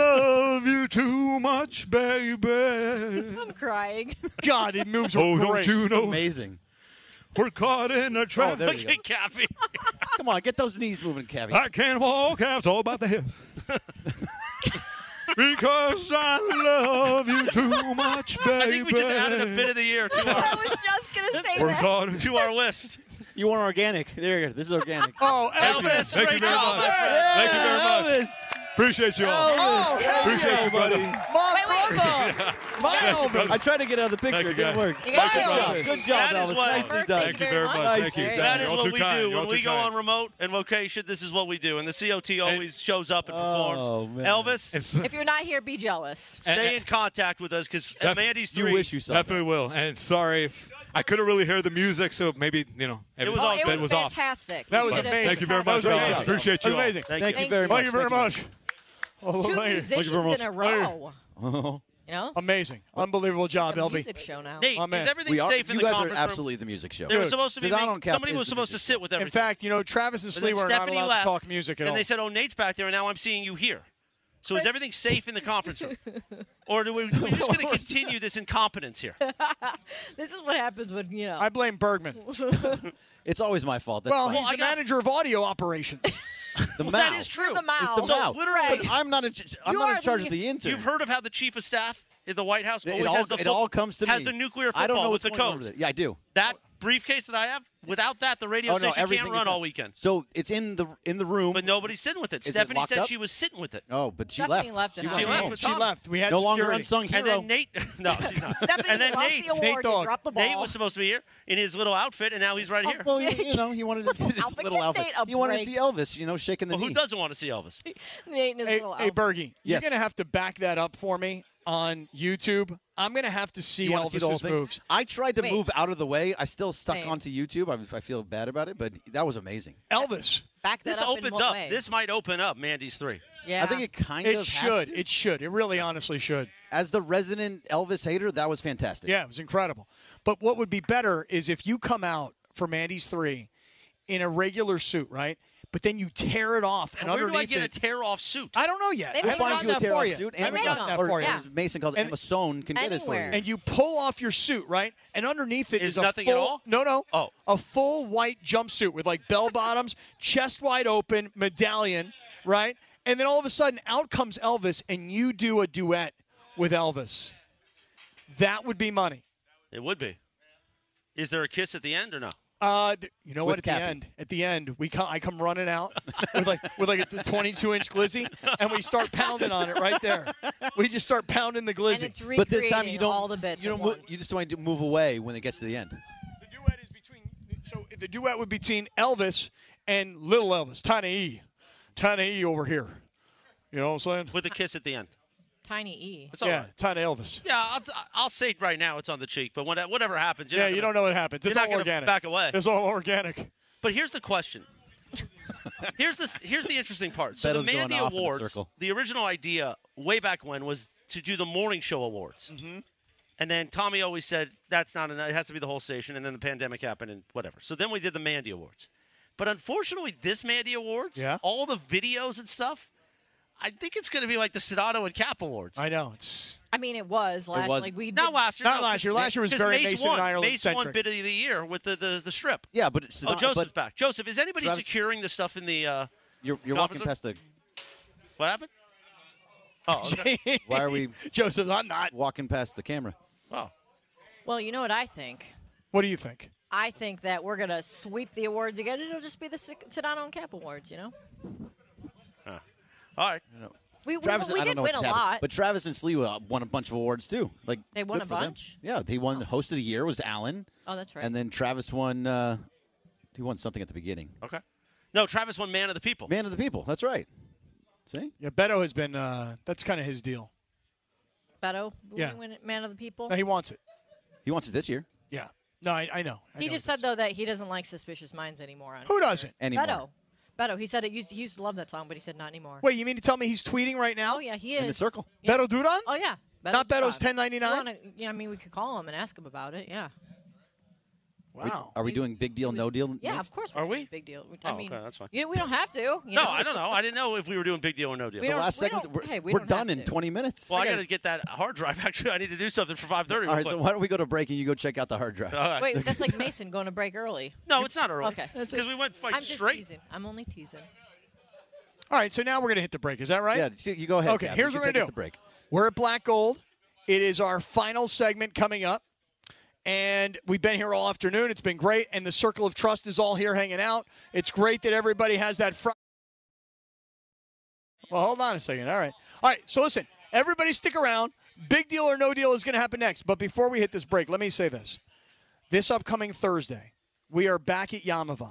Speaker 9: love you too much, baby.
Speaker 2: I'm crying.
Speaker 4: God, it moves are
Speaker 9: Oh,
Speaker 4: great.
Speaker 9: don't you know?
Speaker 3: Amazing.
Speaker 9: We're caught in a
Speaker 3: Oh,
Speaker 9: trap.
Speaker 3: there we go.
Speaker 1: Cappy.
Speaker 3: Come on, get those knees moving, Cavi.
Speaker 9: I can't walk out. It's all about the hips. because I love you too much, baby.
Speaker 1: I think we just added a bit of the year to
Speaker 2: I
Speaker 1: our,
Speaker 2: was just gonna say
Speaker 9: We're
Speaker 2: that.
Speaker 9: caught in
Speaker 1: to our list.
Speaker 3: You want organic? There you go. This is organic.
Speaker 4: Oh,
Speaker 1: Elvis,
Speaker 9: Thank you
Speaker 1: right
Speaker 9: very
Speaker 1: now,
Speaker 9: much.
Speaker 1: my friend.
Speaker 9: Thank you very much. Appreciate you all.
Speaker 4: Oh, hell
Speaker 9: Appreciate
Speaker 4: yeah.
Speaker 9: you, brother.
Speaker 4: My
Speaker 2: Wait, wait.
Speaker 4: brother. My Elvis.
Speaker 3: I tried to get out of the picture.
Speaker 9: Thank you,
Speaker 3: It didn't
Speaker 9: guys.
Speaker 3: work.
Speaker 2: You guys are welcome.
Speaker 3: Good job. Good job,
Speaker 1: That is
Speaker 3: Elvis.
Speaker 1: what-
Speaker 3: Nicely
Speaker 2: Birthday
Speaker 3: done.
Speaker 9: Thank you very much.
Speaker 2: Nice.
Speaker 9: Thank you.
Speaker 2: There you
Speaker 1: That
Speaker 2: go.
Speaker 1: is
Speaker 9: You're all
Speaker 1: what
Speaker 9: too
Speaker 1: we
Speaker 9: kind.
Speaker 1: do
Speaker 9: You're all
Speaker 1: when
Speaker 9: too
Speaker 1: we go
Speaker 9: kind.
Speaker 1: on remote and location. This is what we do, and the COT always shows up and
Speaker 3: Oh,
Speaker 1: performs.
Speaker 3: man.
Speaker 1: Elvis,
Speaker 9: It's-
Speaker 2: If you're not here, be jealous.
Speaker 1: stay
Speaker 9: and-
Speaker 1: in contact with us because
Speaker 9: Def-
Speaker 1: Mandy's
Speaker 3: You
Speaker 1: three.
Speaker 3: wish you saw that.
Speaker 9: Definitely will. And sorry, if I couldn't really hear the music, so maybe you know
Speaker 1: was
Speaker 9: everything-
Speaker 1: all
Speaker 2: Oh, it
Speaker 1: good.
Speaker 9: that
Speaker 2: was
Speaker 9: was off.
Speaker 2: fantastic.
Speaker 4: That
Speaker 2: You
Speaker 4: was
Speaker 2: did a
Speaker 4: amazing.
Speaker 9: Thank you very much,
Speaker 4: That was
Speaker 9: fellas.
Speaker 4: amazing.
Speaker 9: Appreciate you.
Speaker 4: That was
Speaker 9: all.
Speaker 4: amazing.
Speaker 1: Thank,
Speaker 3: Thank
Speaker 1: you.
Speaker 3: you very much.
Speaker 4: Thank you very much. Oh,
Speaker 2: Two
Speaker 4: thank you.
Speaker 2: musicians in a row. You know,
Speaker 4: Amazing. Unbelievable job,
Speaker 2: a
Speaker 4: Elvie.
Speaker 2: music show now.
Speaker 1: Nate,
Speaker 4: Oh, man.
Speaker 1: is everything
Speaker 3: We are,
Speaker 1: safe in
Speaker 3: you
Speaker 1: the
Speaker 3: guys are
Speaker 1: conference room?
Speaker 3: absolutely the music show.
Speaker 1: There was
Speaker 4: Dude,
Speaker 1: supposed to be.
Speaker 3: Zidane
Speaker 1: ma-
Speaker 3: on cap
Speaker 1: somebody
Speaker 3: is
Speaker 1: was
Speaker 3: the
Speaker 1: supposed to
Speaker 3: music
Speaker 1: sit with
Speaker 4: In
Speaker 1: everything.
Speaker 4: fact, you know, Travis and
Speaker 1: And then
Speaker 4: Slee were not
Speaker 1: Stephanie
Speaker 4: allowed
Speaker 1: left,
Speaker 4: to talk music at
Speaker 1: and
Speaker 4: all.
Speaker 1: they said, "Oh, Nate's back there, and now I'm seeing you here." So is everything safe in the conference room, or do we, we're just going to continue this incompetence here?
Speaker 2: This is what happens when you know.
Speaker 4: I blame Bergman.
Speaker 3: It's always my fault. That's
Speaker 4: Well,
Speaker 3: fine.
Speaker 4: he's the manager of audio operations.
Speaker 3: the mouth.
Speaker 1: That is true.
Speaker 2: the
Speaker 3: It's
Speaker 2: mouth.
Speaker 3: the
Speaker 1: So
Speaker 3: mouth.
Speaker 1: literally-
Speaker 3: But I'm not in, ch- I'm
Speaker 2: You
Speaker 3: not
Speaker 2: are
Speaker 3: in charge
Speaker 2: the-
Speaker 3: of the intern.
Speaker 1: You've heard of how the chief of staff at the White House always
Speaker 3: it all,
Speaker 1: has the
Speaker 3: it
Speaker 1: fo-
Speaker 3: all comes to
Speaker 1: has
Speaker 3: me.
Speaker 1: the nuclear
Speaker 3: I don't
Speaker 1: football
Speaker 3: know
Speaker 1: with
Speaker 3: what's
Speaker 1: the
Speaker 3: going on
Speaker 1: codes.
Speaker 3: with it. Yeah, I do.
Speaker 1: That briefcase that I have, without that, the radio
Speaker 3: oh no,
Speaker 1: station
Speaker 3: everything
Speaker 1: can't
Speaker 3: is
Speaker 1: run
Speaker 3: done.
Speaker 1: all weekend.
Speaker 3: So it's in the in the room.
Speaker 1: But nobody's sitting with it.
Speaker 3: Is it
Speaker 1: Stephanie
Speaker 3: locked
Speaker 1: said
Speaker 3: up?
Speaker 1: she was sitting with it.
Speaker 3: oh, but she
Speaker 2: Stephanie
Speaker 3: left.
Speaker 2: left it out.
Speaker 1: She left with
Speaker 4: she
Speaker 1: Tom.
Speaker 4: left. We had
Speaker 3: No longer
Speaker 4: security.
Speaker 3: unsung hero.
Speaker 1: And then Nate, no, she's not.
Speaker 2: Stephanie
Speaker 1: and then
Speaker 2: lost
Speaker 1: Nate,
Speaker 2: the award.
Speaker 4: Dogg.
Speaker 2: and dropped the ball.
Speaker 1: Nate was supposed to be here in his little outfit, and now he's right here.
Speaker 3: Well, you, you know, he wanted to do this
Speaker 2: Alfred,
Speaker 3: little
Speaker 2: give
Speaker 3: outfit.
Speaker 2: Nate a
Speaker 3: He wanted to
Speaker 2: break.
Speaker 3: see Elvis, you know, shaking the
Speaker 1: Well,
Speaker 3: knee.
Speaker 1: who doesn't want to see Elvis?
Speaker 2: Nate in his
Speaker 4: Hey,
Speaker 2: little
Speaker 4: hey
Speaker 2: outfit.
Speaker 4: Bergie, you're
Speaker 3: Yes.
Speaker 4: going to have to back that up for me on YouTube. I'm going to have to see
Speaker 3: You want to see the whole
Speaker 4: Elvis's
Speaker 3: thing?
Speaker 4: moves.
Speaker 3: I tried to
Speaker 2: Wait.
Speaker 3: move out of the way. I still stuck
Speaker 2: Same.
Speaker 3: onto YouTube. I, I feel bad about it, but that was amazing.
Speaker 4: Elvis.
Speaker 2: Back that
Speaker 1: This
Speaker 2: up in
Speaker 1: opens
Speaker 2: what
Speaker 1: up.
Speaker 2: way?
Speaker 1: This might open up Mandy's three.
Speaker 2: Yeah.
Speaker 3: I think it kind
Speaker 4: It
Speaker 3: of has
Speaker 4: should.
Speaker 3: to.
Speaker 4: It should. It really honestly should.
Speaker 3: As the resident Elvis hater, that was fantastic.
Speaker 4: Yeah, it was incredible. But what would be better is if you come out for Mandy's three in a regular suit, right? But then you tear it off and
Speaker 1: Where do I
Speaker 4: underneath
Speaker 1: get a
Speaker 4: it-
Speaker 1: tear-off suit?
Speaker 4: I don't know yet.
Speaker 2: They
Speaker 4: I haven't
Speaker 2: find
Speaker 4: gotten
Speaker 3: you a
Speaker 4: that for
Speaker 3: tear-off
Speaker 4: you.
Speaker 3: suit.
Speaker 4: I haven't
Speaker 3: Amazon-
Speaker 4: gotten that
Speaker 3: or
Speaker 4: for you.
Speaker 2: Yeah.
Speaker 3: as Mason calls
Speaker 4: And-
Speaker 3: it, Amazon can get it for
Speaker 2: Anywhere.
Speaker 3: you.
Speaker 4: And you pull off your suit, right? And underneath it
Speaker 1: Is
Speaker 4: is, a
Speaker 1: nothing at
Speaker 4: full,
Speaker 1: all?
Speaker 4: No, no.
Speaker 1: Oh.
Speaker 4: a full white jumpsuit with like bell bottoms, chest wide open, medallion, right? And then all of a sudden, out comes Elvis, and you do a duet with Elvis. That would be money.
Speaker 1: It would be. Is there a kiss at the end or no?
Speaker 4: Uh, th- you know what?
Speaker 3: With
Speaker 4: At
Speaker 3: Cappy.
Speaker 4: the end, at the end, we come. I come running out with like with like a 22 inch glizzy, and we start pounding on it right there. We just start pounding the glizzy.
Speaker 2: and it's recreating
Speaker 3: but this time you don't.
Speaker 2: all the bits.
Speaker 3: you
Speaker 2: at
Speaker 3: don't. mo-
Speaker 2: once.
Speaker 3: You just want to move away when it gets to the end.
Speaker 4: The duet is between. So the duet would be between Elvis and Little Elvis, Tiny E, Tiny E over here. You know what I'm saying?
Speaker 1: With a kiss at the end.
Speaker 2: Tiny E.
Speaker 1: It's all
Speaker 4: yeah,
Speaker 1: right.
Speaker 4: Tiny Elvis.
Speaker 1: Yeah, I'll, t- I'll say it right now it's on the cheek, but when, whatever happens. you're
Speaker 4: Yeah,
Speaker 1: not
Speaker 4: you
Speaker 1: gonna-
Speaker 4: don't know what happens. It's
Speaker 1: you're not gonna
Speaker 4: all organic.
Speaker 1: back away.
Speaker 4: It's all organic.
Speaker 1: But here's the question. here's the here's the interesting part. So the
Speaker 3: Beto's going
Speaker 1: Mandy
Speaker 3: off in a
Speaker 1: Awards, the,
Speaker 3: circle.
Speaker 1: original idea way back when was to do the morning show awards. Mm-hmm. And then Tommy always said that's not enough. It has to be the whole station. And then the pandemic happened and whatever. So then we did the Mandy Awards. But unfortunately, this Mandy Awards,
Speaker 4: Yeah.
Speaker 1: all the videos and stuff, I think it's going to be like the Sedano and Cap Awards.
Speaker 4: I know. It's
Speaker 2: I mean, it was last.
Speaker 3: was.
Speaker 2: Like we
Speaker 1: not
Speaker 2: did-
Speaker 1: last year.
Speaker 4: not
Speaker 1: no,
Speaker 4: last
Speaker 1: 'cause-
Speaker 4: year. Last year was
Speaker 1: 'cause
Speaker 4: very
Speaker 1: Mace
Speaker 4: Mason
Speaker 1: won.
Speaker 4: and Ireland
Speaker 1: Mace won
Speaker 4: centric.
Speaker 1: bit of the year with the, the, the strip.
Speaker 3: Yeah, but it's
Speaker 1: Oh,
Speaker 3: not,
Speaker 1: Joseph's
Speaker 3: but
Speaker 1: back. Joseph, is anybody
Speaker 3: Travis-
Speaker 1: securing the stuff in the? Uh,
Speaker 3: you're, you're walking past the.
Speaker 1: what happened? Oh, okay.
Speaker 3: Why are we
Speaker 4: Joseph, I'm not.
Speaker 3: walking past the camera?
Speaker 1: oh.
Speaker 2: Well, you know what I think.
Speaker 4: What do you think?
Speaker 2: I think that we're gonna sweep the awards again. It'll just be the Sec- Sedano and Cap Awards. You know,
Speaker 1: All right.
Speaker 2: we we,
Speaker 3: Travis,
Speaker 2: we, we
Speaker 3: I don't
Speaker 2: did
Speaker 3: know
Speaker 2: win
Speaker 3: what
Speaker 2: a
Speaker 3: just happened,
Speaker 2: lot.
Speaker 3: but Travis and Slee uh, won a bunch of awards too. Like
Speaker 2: They won
Speaker 3: good
Speaker 2: a
Speaker 3: for them.
Speaker 2: bunch?
Speaker 3: Yeah, they won host of the year was Alan,
Speaker 2: oh, that's right.
Speaker 3: and then Travis won. Uh, he won something at the beginning.
Speaker 1: Okay. No, Travis won Man of the People.
Speaker 3: Man of the People. That's right. See,
Speaker 4: Yeah, Beto has been. Uh, that's kind of his deal.
Speaker 2: Beto, when
Speaker 4: Yeah.
Speaker 2: he win man of the people.
Speaker 4: No, he wants it.
Speaker 3: He wants it this year.
Speaker 4: Yeah. No, I, I know. I
Speaker 2: He
Speaker 4: know.
Speaker 2: just said though that he doesn't like Suspicious Minds anymore. On
Speaker 4: Who doesn't? Anymore.
Speaker 2: Beto. Beto. He said it used, he used to love that song, but he said not anymore.
Speaker 4: Wait, you mean to tell me he's tweeting right now?
Speaker 2: Oh yeah, he is Yeah.
Speaker 4: Beto Duran?
Speaker 2: Oh yeah.
Speaker 4: Not Beto's
Speaker 2: Duran.
Speaker 4: 1099?
Speaker 2: You wanna- Yeah, I mean we could call him and ask him about it. Yeah.
Speaker 3: Wow. Are we doing big deal, no deal?
Speaker 2: Yeah,
Speaker 3: next?
Speaker 2: of course.
Speaker 1: Are
Speaker 2: we?
Speaker 1: we?
Speaker 2: Big deal. We-
Speaker 1: Oh,
Speaker 2: I mean,
Speaker 1: okay, that's fine.
Speaker 2: You know, we don't have to. You
Speaker 1: No, I don't know. I didn't know if we were doing big deal or no deal.
Speaker 2: We The don't- last we segment, don't- we're- hey, we we're don't have done in to.
Speaker 3: 20 minutes.
Speaker 1: Well,
Speaker 3: I
Speaker 1: I got
Speaker 3: gotta-
Speaker 1: to get that hard drive. Actually, I need to do something for 5:30. real
Speaker 3: All right,
Speaker 1: quick.
Speaker 3: so why don't we go to break and you go check out the hard drive?
Speaker 1: All right.
Speaker 2: Wait, that's like Mason going to break early.
Speaker 1: No, it's not early.
Speaker 2: Okay.
Speaker 1: That's- 'cause we went, like,
Speaker 2: I'm just
Speaker 1: straight.
Speaker 2: Teasing. I'm only teasing.
Speaker 4: All right, so now we're going to hit the break. Is that right?
Speaker 3: Yeah, so you go ahead,
Speaker 4: Okay,
Speaker 3: Kathy.
Speaker 4: here's
Speaker 3: You
Speaker 4: what we're
Speaker 3: take
Speaker 4: going
Speaker 3: us
Speaker 4: to
Speaker 3: to
Speaker 4: do.
Speaker 3: break.
Speaker 4: We're at Black Gold. It is our final segment coming up. And we've been here all afternoon. It's been great. And the Circle of Trust is all here hanging out. It's great that everybody has that. Fr- well, hold on a second. All right. All right, so listen, everybody stick around. Big deal or no deal is going to happen next. But before we hit this break, let me say this. This upcoming Thursday, we are back at Yamava.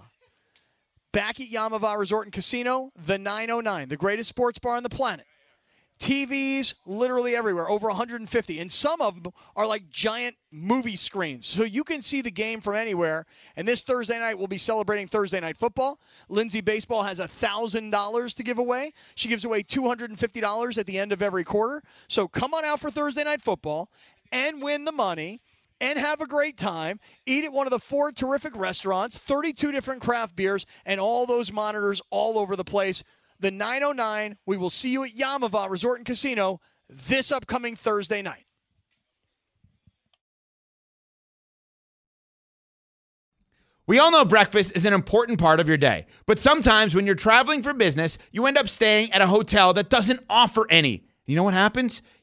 Speaker 4: Back at Yamava Resort and Casino, the 909, the greatest sports bar on the planet. TVs literally everywhere, over 150. And some of them are like giant movie screens. So you can see the game from anywhere. And this Thursday night, we'll be celebrating Thursday Night Football. Lindsay Baseball has $1,000 to give away. She gives away $250 at the end of every quarter. So come on out for Thursday Night Football and win the money and have a great time. Eat at one of the four terrific restaurants, 32 different craft beers, and all those monitors all over the place. The 909, we will see you at Yamava Resort and Casino this upcoming Thursday night.
Speaker 11: We all know breakfast is an important part of your day, but sometimes when you're traveling for business, you end up staying at a hotel that doesn't offer any. You know what happens?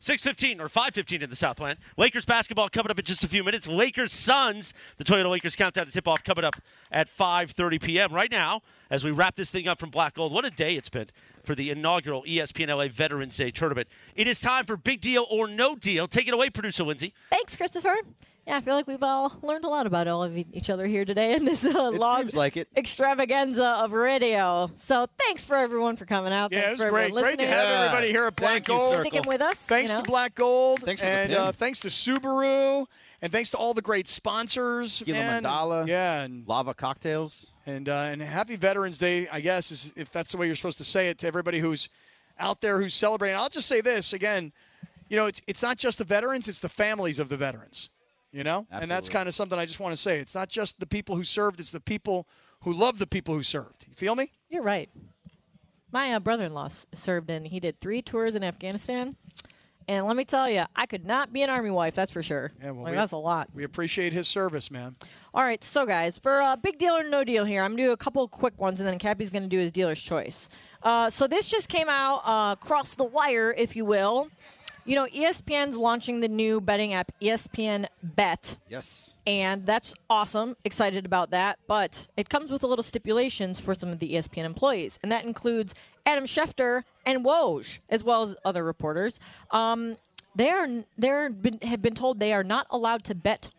Speaker 1: 6:15 or 5:15 in the Southland. Lakers basketball coming up in just a few minutes. Lakers Suns. The Toyota Lakers countdown to tip-off coming up at 5:30 p.m. Right now, as we wrap this thing up from Black Gold, what a day it's been for the inaugural E ESPN LA Veterans Day tournament. It is time for Big Deal or No Deal. Take it away, producer Lindsay.
Speaker 2: Thanks, Christopher. Yeah, I feel like we've all learned a lot about all of e- each other here today in this uh, long
Speaker 3: seems like it.
Speaker 2: extravaganza of radio. So thanks for everyone for coming out.
Speaker 4: Yeah,
Speaker 2: thanks
Speaker 4: it was
Speaker 2: for
Speaker 4: great.
Speaker 2: everyone
Speaker 4: Great to
Speaker 2: listening.
Speaker 4: have everybody here at Black Gold.
Speaker 2: Sticking with us. you
Speaker 4: Thanks
Speaker 2: know.
Speaker 4: to Black Gold.
Speaker 2: Thanks for the
Speaker 4: and
Speaker 2: pin.
Speaker 4: uh, thanks to Subaru. And thanks to all the great sponsors.
Speaker 3: Gila
Speaker 4: man.
Speaker 3: Mandala.
Speaker 4: Yeah. And
Speaker 3: Lava cocktails.
Speaker 4: And uh, and happy Veterans Day, I guess, is if that's the way you're supposed to say it to everybody who's out there who's celebrating. I'll just say this again, you know, it's it's not just the veterans, it's the families of the veterans. You know, and that's
Speaker 3: Absolutely.
Speaker 4: kind of something I just want to say. It's not just the people who served; it's the people who love the people who served. You feel me?
Speaker 2: You're right. My uh, brother-in-law s- served in. He did three tours in Afghanistan, and let me tell you, I could not be an army wife. That's for sure.
Speaker 4: Yeah, well,
Speaker 2: Like,
Speaker 4: we-
Speaker 2: that's a lot.
Speaker 4: We appreciate his service, man.
Speaker 2: All right, so guys, for uh, big deal or no deal here, I'm gonna do a couple of quick ones, and then Cappy's gonna do his dealer's choice. Uh, so this just came out uh, across the wire, if you will. You know, E ESPN's launching the new betting app, E ESPN Bet
Speaker 3: Yes.
Speaker 2: and that's awesome. Excited about that, but it comes with a little stipulations for some of the E ESPN employees, and that includes Adam Schefter and Woj, as well as other reporters. Um, they are they're been, have been told they are not allowed to bet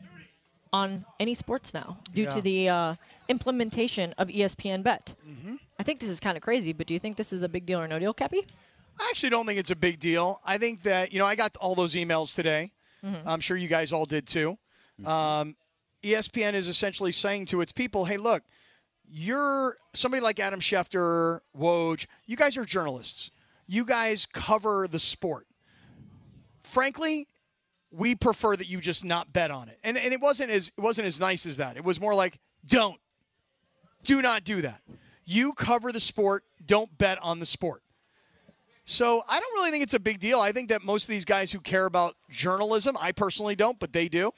Speaker 2: on any sports now due
Speaker 10: Yeah.
Speaker 2: to the uh, implementation of E ESPN Bet.
Speaker 4: Mm-hmm.
Speaker 2: I think this is kind of crazy, but do you think this is a big deal or no deal, Cappy?
Speaker 4: I actually don't think it's a big deal. I think that you know I got all those emails today.
Speaker 2: Mhm.
Speaker 4: I'm sure you guys all did too. Um, ESPN is essentially saying to its people, "Hey, look, you're somebody like Adam Schefter, Woj. You guys are journalists. You guys cover the sport. Frankly, we prefer that you just not bet on it." And and it wasn't as it wasn't as nice as that. It was more like, "Don't, do not do that. You cover the sport. Don't bet on the sport." So I don't really think it's a big deal. I think that most of these guys who care about journalism, I personally don't, but they do.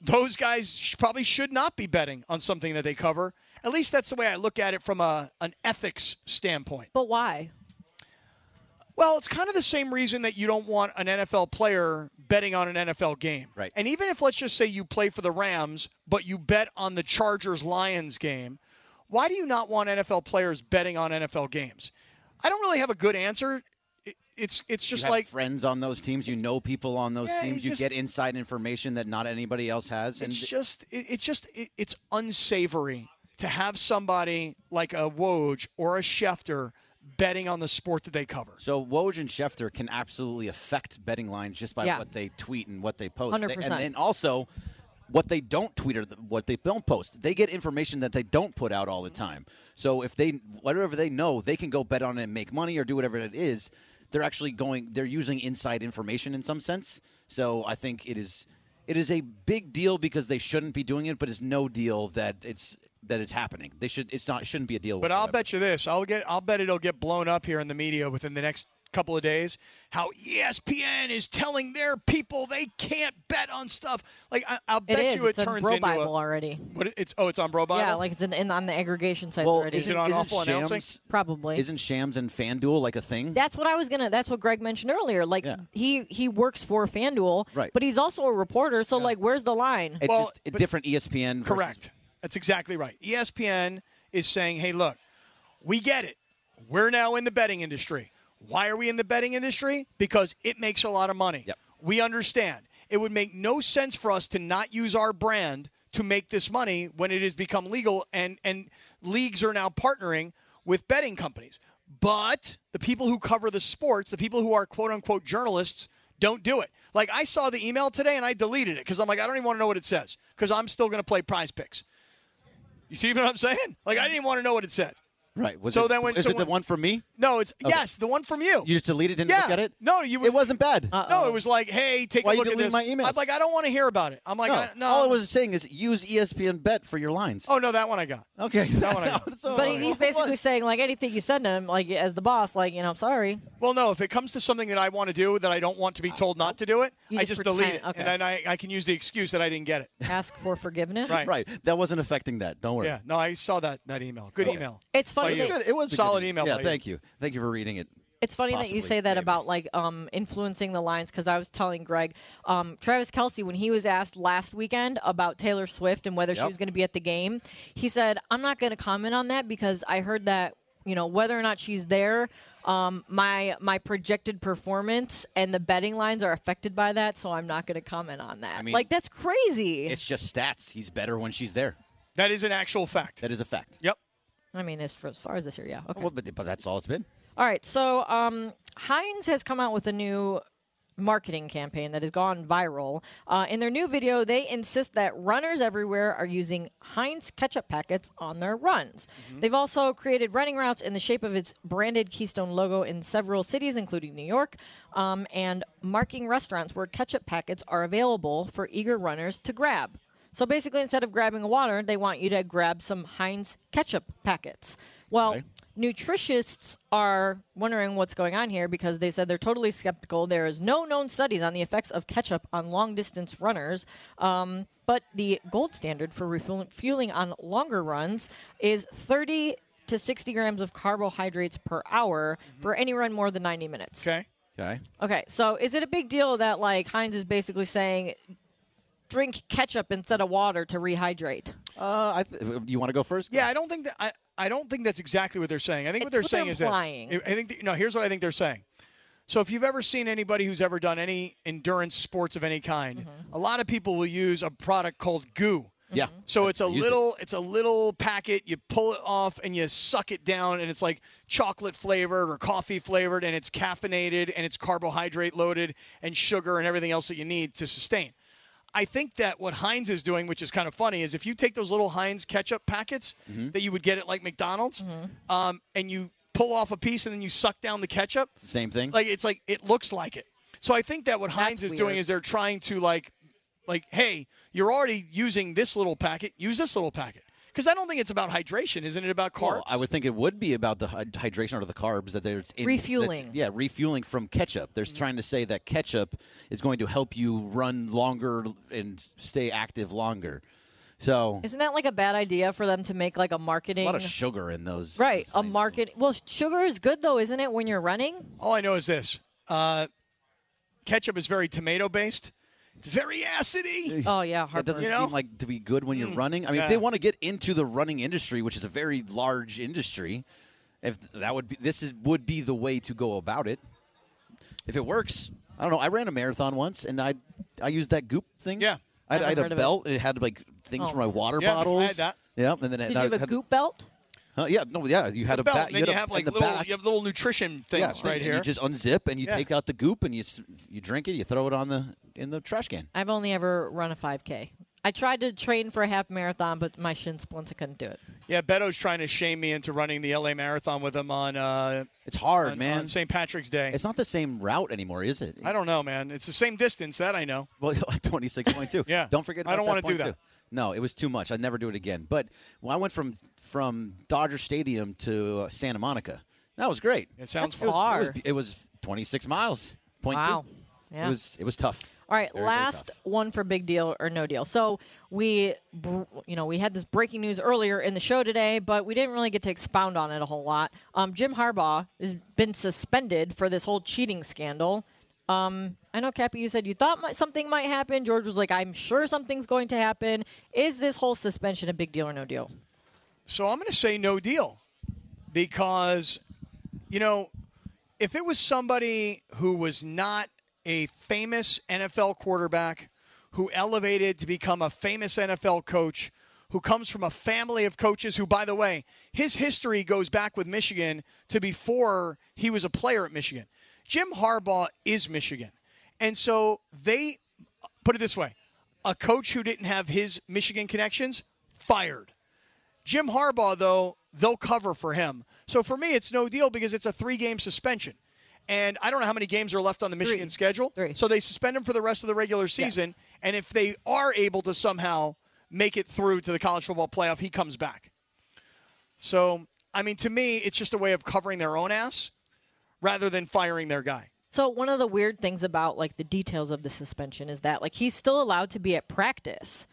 Speaker 4: Those guys sh- probably should not be betting on something that they cover. At least that's the way I look at it from a, an ethics standpoint.
Speaker 2: But why?
Speaker 4: Well, it's kind of the same reason that you don't want an NFL player betting on an NFL game. Right. And even if, let's just say, you play for the Rams, but you bet on the Chargers Lions game, why do you not want NFL players betting on NFL games? I don't really have a good answer. It- It's it's
Speaker 3: You
Speaker 4: just
Speaker 3: have
Speaker 4: like
Speaker 3: friends on those teams. You know people on those
Speaker 4: Yeah,
Speaker 3: teams.
Speaker 4: it's
Speaker 3: You
Speaker 4: just-
Speaker 3: get inside information that not anybody else has.
Speaker 4: it's just it, it's just it, it's unsavory to have somebody like a Woj or a Schefter betting on the sport that they cover.
Speaker 3: So Woj and Schefter can absolutely affect betting lines just by
Speaker 4: Yeah.
Speaker 3: what they tweet and what they post.
Speaker 4: 100%.
Speaker 3: and then also what they don't tweet or th- what they don't post. They get information that they don't put out all the time. So if they whatever they know, they can go bet on it and make money or do whatever it is. They're actually going they're using inside information in some sense. So I think it is it is a big deal because they shouldn't be doing it, but it's no deal that it's that it's happening. They should it's not it shouldn't be a deal
Speaker 4: But I'll
Speaker 3: whatsoever.
Speaker 4: bet you this: I'll get, I'll bet it'll get blown up here in the media within the next couple of days. How ESPN is telling their people they can't bet on stuff. Like I, I'll
Speaker 2: It
Speaker 4: bet
Speaker 2: is.
Speaker 4: you it
Speaker 2: It's on
Speaker 4: turns
Speaker 2: Bro
Speaker 4: into
Speaker 2: Bible
Speaker 4: a,
Speaker 2: already.
Speaker 4: What it- it's? Oh, it's on Bro Bible.
Speaker 2: Yeah, like it's in, in on the aggregation sites already.
Speaker 4: is it on awful announcing?
Speaker 2: Probably.
Speaker 3: Isn't Shams and FanDuel like a thing?
Speaker 2: That's what I was gonna. That's what Greg mentioned earlier. Like he he works for FanDuel,
Speaker 3: Right.
Speaker 2: But he's also a reporter. So like, where's the line?
Speaker 3: It's just a different E ESPN. versus-
Speaker 4: Correct. That's exactly right. E ESPN is saying, hey, look, we get it. We're now in the betting industry. Why are we in the betting industry? Because it makes a lot of money. We understand. It would make no sense for us to not use our brand to make this money when it has become legal and, and leagues are now partnering with betting companies. But the people who cover the sports, the people who are quote unquote journalists, don't do it. Like I saw the email today and I deleted it because I'm like, I don't even want to know what it says because I'm still going to play prize picks. You see what I'm saying? Like I didn't even want to know what it said.
Speaker 3: Right. Was
Speaker 4: So
Speaker 3: it,
Speaker 4: then when
Speaker 3: is it
Speaker 4: someone-
Speaker 3: the one from me?
Speaker 4: No, it's
Speaker 3: Okay.
Speaker 4: yes, the one from you.
Speaker 3: You just deleted, didn't
Speaker 4: yeah.
Speaker 3: look at it.
Speaker 4: No, you
Speaker 3: It wasn't bad.
Speaker 4: No, it was like, hey, take
Speaker 3: Why
Speaker 4: a
Speaker 3: you
Speaker 4: look at
Speaker 3: deleting
Speaker 4: this.
Speaker 3: my emails?
Speaker 4: I'm like, I don't want to hear about it. I'm like,
Speaker 3: no.
Speaker 4: I, no.
Speaker 3: All I was saying is use E ESPN Bet for your lines.
Speaker 4: oh no, that one I got.
Speaker 3: Okay,
Speaker 4: that one I got.
Speaker 2: but he's basically saying like anything you send him, like as the boss, like you know, I'm sorry.
Speaker 4: Well, no, if it comes to something that I want to do that I don't want to be
Speaker 3: Uh,
Speaker 4: told not to do it,
Speaker 2: You
Speaker 4: I
Speaker 2: just
Speaker 4: just, delete it.
Speaker 2: pretend- okay.
Speaker 4: And then I, I can use the excuse that I didn't get it.
Speaker 2: Ask for forgiveness.
Speaker 4: Right.
Speaker 3: Right. That wasn't affecting that. Don't worry.
Speaker 4: Yeah, no, I saw that, that email. Good
Speaker 3: Okay.
Speaker 4: email.
Speaker 2: It's funny.
Speaker 4: By you.
Speaker 2: that-
Speaker 3: It's a
Speaker 4: solid
Speaker 3: good- e-
Speaker 4: email.
Speaker 3: Yeah.
Speaker 4: by
Speaker 3: Thank you. Thank you for reading it.
Speaker 2: It's funny that you
Speaker 3: Possibly,
Speaker 2: say that
Speaker 3: maybe.
Speaker 2: about like um, influencing the lines because I was telling Greg, um, Travis Kelsey when he was asked last weekend about Taylor Swift and whether she
Speaker 12: Yep.
Speaker 2: was going to be at the game, he said, "I'm not going to comment on that because I heard that you know whether or not she's there, um, my my projected performance and the betting lines are affected by that, so I'm not going to comment on that.
Speaker 3: I mean-
Speaker 2: like that's crazy.
Speaker 3: It's just stats. He's better when she's there.
Speaker 4: That is an actual fact.
Speaker 3: That is a fact.
Speaker 4: Yep.
Speaker 2: I mean, as, for, as far as this year, yeah. Okay.
Speaker 3: Well, but, but that's all it's been.
Speaker 2: All right, so um, Heinz has come out with a new marketing campaign that has gone viral. Uh, in their new video, they insist that runners everywhere are using Heinz ketchup packets on their runs. They've also created running routes in the shape of its branded Keystone logo in several cities, including New York, um, and marking restaurants where ketchup packets are available for eager runners to grab. So basically, instead of grabbing a water, they want you to grab some Heinz ketchup packets. Well, nutritionists are wondering what's going on here because they said they're totally skeptical. There is no known studies on the effects of ketchup on long distance runners. Um, but the gold standard for refueling fueling on longer runs is 30 to 60 grams of carbohydrates per hour for any run more than 90 minutes.
Speaker 4: Okay.
Speaker 3: Okay.
Speaker 2: Okay, so is it a big deal that like Heinz is basically saying drink ketchup instead of water to rehydrate?
Speaker 3: Uh, I th- you want to go first?
Speaker 4: Yeah, I don't think that I, I don't think that's exactly what they're saying. I think what they're
Speaker 2: what they're
Speaker 4: saying is
Speaker 2: implying.
Speaker 4: this. I think th- no. Here's what I think they're saying. So if you've ever seen anybody who's ever done any endurance sports of any kind,
Speaker 2: Mm-hmm.
Speaker 4: a lot of people will use a product called goo.
Speaker 3: Yeah.
Speaker 4: So it's a
Speaker 3: use it.
Speaker 4: little it's a little packet. You pull it off and you suck it down, and it's like chocolate flavored or coffee flavored, and it's caffeinated and it's carbohydrate loaded and sugar and everything else that you need to sustain. I think that what Heinz is doing, which is kind of funny, is if you take those little Heinz ketchup packets that you would get at like McDonald's, um, and you pull off a piece and then you suck down the ketchup,
Speaker 3: Same thing.
Speaker 4: like it's like it looks like it. So I think that what Heinz is doing
Speaker 3: weird.
Speaker 4: is they're trying to like, like, hey, you're already using this little packet. Use this little packet because I don't think it's about hydration, isn't it? About carbs.
Speaker 3: Well, I would think it would be about the hy- hydration or the carbs that there's in,
Speaker 4: Refueling.
Speaker 3: that's- Yeah, refueling from ketchup. They're trying to say that ketchup is going to help you run longer and stay active longer. So
Speaker 2: Isn't that like a bad idea for them to make like a marketing?
Speaker 3: a lot of sugar in those.
Speaker 2: Right, a market. Well, sugar is good though, isn't it? When you're running,
Speaker 4: All I know is this: uh, ketchup is very tomato based. It's very acidy.
Speaker 2: Oh yeah,
Speaker 3: It doesn't
Speaker 4: You know?
Speaker 3: seem like to be good when you're
Speaker 4: Mm,
Speaker 3: running. I mean, if
Speaker 4: yeah.
Speaker 3: they want to get into the running industry, which is a very large industry, if that would be this is would be the way to go about it. If it works, I don't know. I ran a marathon once, and I I used that goop thing. Yeah, I,
Speaker 2: Never
Speaker 3: I had
Speaker 2: heard
Speaker 3: a
Speaker 2: of it.
Speaker 3: belt. It. had like things
Speaker 2: Oh.
Speaker 3: for my water
Speaker 2: Yeah, I had
Speaker 3: bottles.
Speaker 2: that.
Speaker 3: Yeah, and then it,
Speaker 2: did you have
Speaker 3: I
Speaker 2: a
Speaker 3: had-
Speaker 2: goop belt?
Speaker 3: Huh, yeah, no, yeah. You had a
Speaker 4: belt,
Speaker 3: ba-
Speaker 4: then
Speaker 3: had
Speaker 4: you
Speaker 3: a-
Speaker 4: have
Speaker 3: in
Speaker 4: like
Speaker 3: the
Speaker 4: little,
Speaker 3: back-
Speaker 4: you have little nutrition
Speaker 3: yeah,
Speaker 4: things right
Speaker 3: and
Speaker 4: here.
Speaker 3: You just unzip and you
Speaker 4: Yeah.
Speaker 3: take out the goop and you s- you drink it. You throw it on the in the trash can.
Speaker 2: I've only ever run a 5K. I tried to train for a half marathon, but my shin splints. I couldn't do it.
Speaker 4: Yeah, Beto's trying to shame me into running the LA Marathon with him on. Uh,
Speaker 3: it's hard,
Speaker 4: on,
Speaker 3: man.
Speaker 4: On St. Patrick's Day.
Speaker 3: It's not the same route anymore, is it?
Speaker 4: I don't know, man. It's the same distance that I know.
Speaker 3: Well, twenty six point two.
Speaker 4: yeah.
Speaker 3: Don't forget.
Speaker 4: I don't
Speaker 3: want
Speaker 4: wanna do that.
Speaker 3: No, it was too much. I'd never do it again. But well, I went from from Dodger Stadium to uh, Santa Monica. That was great.
Speaker 4: It sounds
Speaker 3: It was-
Speaker 2: far.
Speaker 3: It was, twenty six miles. Point
Speaker 2: Wow.
Speaker 3: two.
Speaker 2: Yeah.
Speaker 3: It was it was tough.
Speaker 2: All right,
Speaker 3: Very, very
Speaker 2: last one for big deal or no deal. So we, br- you know, we had this breaking news earlier in the show today, but we didn't really get to expound on it a whole lot. Um, Jim Harbaugh has been suspended for this whole cheating scandal. Um, I know, Cappy, you said you thought might, something might happen. George was like, "I'm sure something's going to happen." Is this whole suspension a big deal or no deal?
Speaker 4: So I'm going to say no deal because, you know, if it was somebody who was not a famous NFL quarterback, who elevated to become a famous NFL coach, who comes from a family of coaches who, by the way, his history goes back with Michigan to before he was a player at Michigan. Jim Harbaugh is Michigan. And so they put it this way a coach who didn't have his Michigan connections fired. Jim Harbaugh, though, they'll cover for him. So for me, it's no deal because it's a three game suspension. And I don't know how many games are left on the Michigan schedule. So they suspend him for the rest of the regular season. And if they are able to somehow make it through to the college football playoff, he comes back. So, I mean, to me, it's just a way of covering their own ass rather than firing their guy.
Speaker 2: So one of the weird things about like the details of the suspension is that like he's still allowed to be at practice.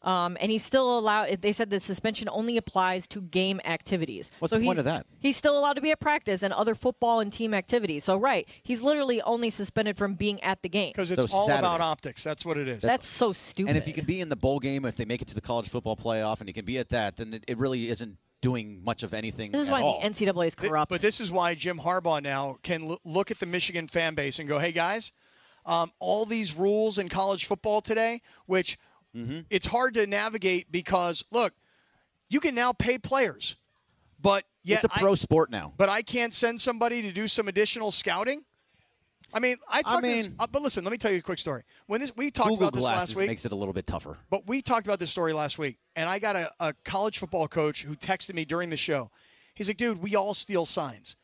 Speaker 2: Um, and he's still allowed. They said the suspension only applies to game activities.
Speaker 3: What's the
Speaker 2: he's,
Speaker 3: point of that?
Speaker 2: He's still allowed to be at practice and other football and team activities. So right, he's literally only suspended from being at the game.
Speaker 4: Because it's
Speaker 3: So
Speaker 4: all about
Speaker 3: Saturday.
Speaker 4: optics. That's what it is.
Speaker 2: That's so stupid.
Speaker 3: And if you can be in the bowl game, if they make it to the college football playoff, and you can be at that, then it, it really isn't doing much of anything
Speaker 2: this is
Speaker 3: at
Speaker 2: why
Speaker 3: all.
Speaker 2: the NCAA is
Speaker 4: Th-
Speaker 2: corrupt.
Speaker 4: But this is why Jim Harbaugh now can l- look at the Michigan fan base and go, "Hey guys, um, all these rules in college football today, which
Speaker 3: Mm-hmm.
Speaker 4: it's hard to navigate because look, you can now pay players, but yet
Speaker 3: it's a pro
Speaker 4: I,
Speaker 3: sport now.
Speaker 4: but I can't send somebody to do some additional scouting. I mean, I talked this,
Speaker 3: mean-
Speaker 4: uh, but listen, let me tell you a quick story. When this we talked
Speaker 3: Google
Speaker 4: about this
Speaker 3: Glasses
Speaker 4: last week,
Speaker 3: makes it a little bit tougher.
Speaker 4: but we talked about this story last week, and I got a, a college football coach who texted me during the show. He's like, dude, we all steal signs.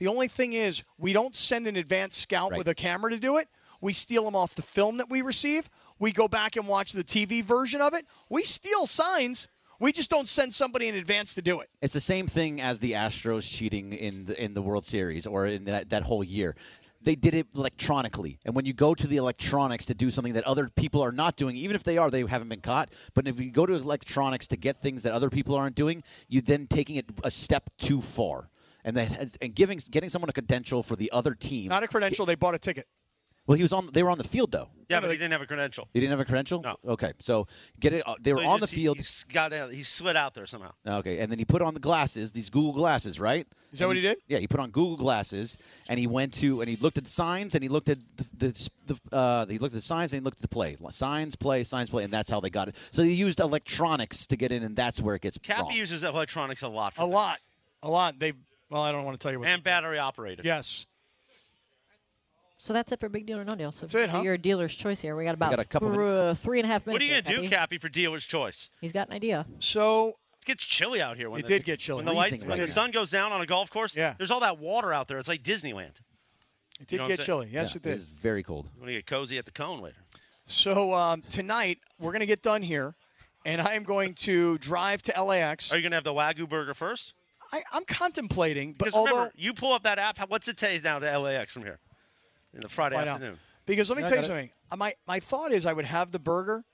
Speaker 4: The only thing is, we don't send an advanced scout with a camera to do it. We steal them off the film that we receive. We go back and watch the TV version of it. We steal signs. We just don't send somebody in advance to do it.
Speaker 3: It's the same thing as the Astros cheating in the, in the World Series or in that, that whole year. They did it electronically. And when you go to the electronics to do something that other people are not doing, even if they are, they haven't been caught. But if you go to electronics to get things that other people aren't doing, you're then taking it a step too far. And then and giving getting someone a credential for the other team.
Speaker 4: Not a credential. They bought a ticket.
Speaker 3: well, he was on. They were on the field though.
Speaker 1: Yeah, but he didn't have a credential.
Speaker 3: They didn't have a credential. No. Okay, so get it. uh, They
Speaker 1: So
Speaker 3: were
Speaker 1: he
Speaker 3: on
Speaker 1: just-
Speaker 3: the field.
Speaker 1: He, he got out. He slid out there somehow.
Speaker 3: Okay, and then he put on the glasses, these Google glasses, right?
Speaker 4: Is that
Speaker 3: And
Speaker 4: what he did?
Speaker 3: Yeah, he put on Google glasses, and he went to and he looked at the signs, and he looked at the, the, the uh, he looked at the signs, and he looked at the play, signs, play, signs, play, and that's how they got it. So they used electronics to get in, and that's where it gets
Speaker 1: Cappy
Speaker 3: wrong.
Speaker 1: uses electronics a lot. For
Speaker 4: A lot. A lot. They, well, I don't want to tell you what.
Speaker 1: and battery operated.
Speaker 4: Yes.
Speaker 2: so that's it for big deal or no deal. So
Speaker 1: That's it, huh?
Speaker 2: Your dealer's choice here. We got about
Speaker 1: got a couple
Speaker 2: thr-
Speaker 1: minutes.
Speaker 2: three and a half minutes.
Speaker 1: What are you
Speaker 2: here,
Speaker 1: gonna do,
Speaker 2: Cappy.
Speaker 1: Cappy, for dealer's choice?
Speaker 2: He's got an idea.
Speaker 4: So
Speaker 1: It gets chilly out here. When
Speaker 4: It
Speaker 1: the-
Speaker 4: did get chilly.
Speaker 1: When the
Speaker 4: Freezing
Speaker 1: lights,
Speaker 4: right
Speaker 1: when the
Speaker 4: now.
Speaker 1: sun goes down on a golf course, yeah. there's all that water out there. It's like Disneyland.
Speaker 4: It did get chilly. Yes, it did.
Speaker 3: is very cold.
Speaker 1: You want to get cozy at the cone later.
Speaker 4: So um, tonight we're gonna get done here, and I am going to drive to LAX.
Speaker 1: Are you gonna have the wagyu burger first?
Speaker 4: I, I'm contemplating, but
Speaker 1: Because
Speaker 4: although
Speaker 1: remember, you pull up that app. how- What's it taste down to LAX from here? In the Friday
Speaker 4: Why not?
Speaker 1: afternoon.
Speaker 4: Because let me
Speaker 1: Yeah, I
Speaker 4: tell you
Speaker 1: got it.
Speaker 4: something. Uh, My my thought is I would have the burger,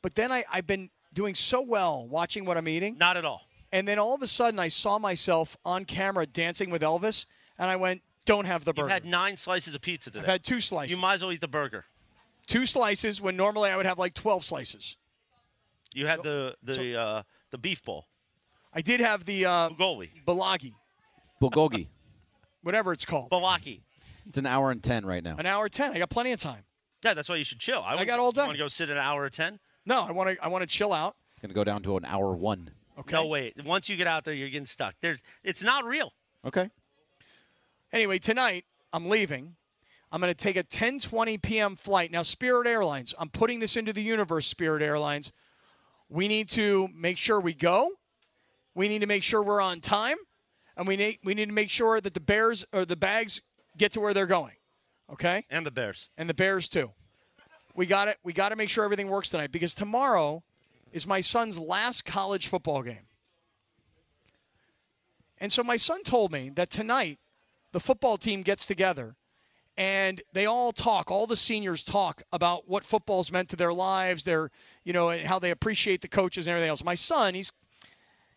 Speaker 4: but then I I've been doing so well watching what I'm eating.
Speaker 1: Not at all.
Speaker 4: And then all of a sudden, I saw myself on camera dancing with Elvis, and I went, "Don't have the
Speaker 1: You've
Speaker 4: burger."
Speaker 1: had nine slices of pizza today.
Speaker 4: I've had two slices.
Speaker 1: You might as well eat the burger.
Speaker 4: Two slices when normally I would have like 12 slices.
Speaker 1: You had the the uh, the beef bowl.
Speaker 4: I did have the uh, Bulgogi,
Speaker 3: Bulgogi.
Speaker 4: whatever it's called.
Speaker 1: Bulgogi.
Speaker 3: It's an hour and ten right now.
Speaker 4: An hour 10. I got plenty of time.
Speaker 1: Yeah, that's why you should chill. I,
Speaker 4: got all day.
Speaker 1: Want to go sit an hour or ten?
Speaker 4: No, I want to. I want to chill out.
Speaker 3: It's going to go down to an hour one.
Speaker 1: No, wait. Once you get out there, you're getting stuck. There's, it's not real.
Speaker 3: Okay.
Speaker 4: Anyway, tonight I'm leaving. I'm going to take a 10:20 p.m. flight. Now, Spirit Airlines, I'm putting this into the universe. Spirit Airlines, we need to make sure we go. We need to make sure we're on time, and we need we need to make sure that the bears or the bags get to where they're going. Okay.
Speaker 1: And the bears.
Speaker 4: And the bears too. We got it. We got to make sure everything works tonight because tomorrow is my son's last college football game. And so my son told me that tonight the football team gets together and they all talk, all the seniors talk about what football's meant to their lives, their, you know, and how they appreciate the coaches and everything else. My son, he's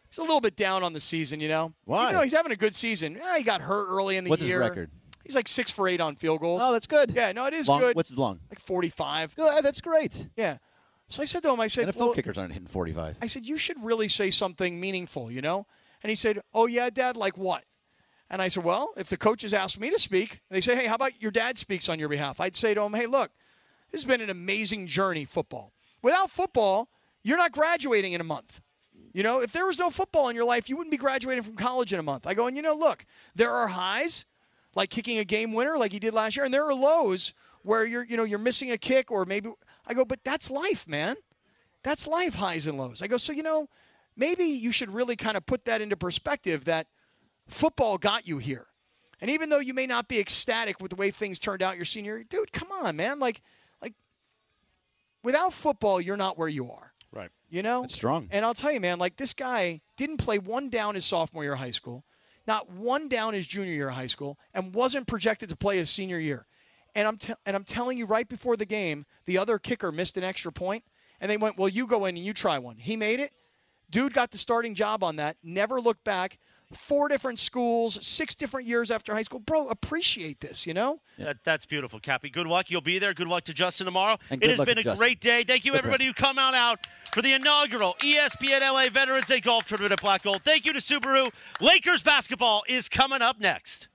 Speaker 4: he's a little bit down on the season, you know.
Speaker 3: Why?
Speaker 4: Even though he's having a good season. Eh, he got hurt early in the
Speaker 3: What's his
Speaker 4: year.
Speaker 3: record?
Speaker 4: He's like six for eight on field goals.
Speaker 3: Oh, that's good.
Speaker 4: Yeah, no, it is
Speaker 3: Long-
Speaker 4: good.
Speaker 3: What's his long?
Speaker 4: like forty-five?
Speaker 3: Yeah, uh, that's great.
Speaker 4: Yeah. So I said to him, I said,
Speaker 3: NFL
Speaker 4: well,
Speaker 3: kickers aren't hitting 45.
Speaker 4: I said, you should really say something meaningful, you know? And he said, oh, yeah, Dad, like what? And I said, well, if the coaches ask me to speak, they say, hey, how about your dad speaks on your behalf? I'd say to him, hey, look, this has been an amazing journey, football. Without football, you're not graduating in a month. You know, if there was no football in your life, you wouldn't be graduating from college in a month. I go, and you know, look, there are highs, like kicking a game winner like he did last year, and there are lows where you're, you know, you're missing a kick or maybe I go, but that's life, man. That's life, highs and lows. I go, so you know, maybe you should really kind of put that into perspective that football got you here. And even though you may not be ecstatic with the way things turned out your senior year, dude, come on, man. Like like without football, you're not where you are.
Speaker 1: Right.
Speaker 4: You know?
Speaker 3: strong.
Speaker 4: And I'll tell you, man, like this guy didn't play one down his sophomore year of high school, not one down his junior year of high school, and wasn't projected to play his senior year. And I'm t- and I'm telling you, right before the game, the other kicker missed an extra point, and they went, "Well, you go in and you try one." He made it. Dude got the starting job on that. Never looked back. Four different schools, six different years after high school. Bro, appreciate this, you know?
Speaker 1: That, that's beautiful, Cappy. Good luck. You'll be there. Good luck to Justin tomorrow.
Speaker 4: And
Speaker 1: it
Speaker 4: good
Speaker 1: has
Speaker 4: luck
Speaker 1: been
Speaker 4: to
Speaker 1: a
Speaker 4: Justin.
Speaker 1: great day. Thank you,
Speaker 4: Good for
Speaker 1: everybody, who come on out for the inaugural E ESPN LA Veterans Day Golf Tournament at Black Gold. Thank you to Subaru. Lakers basketball is coming up next.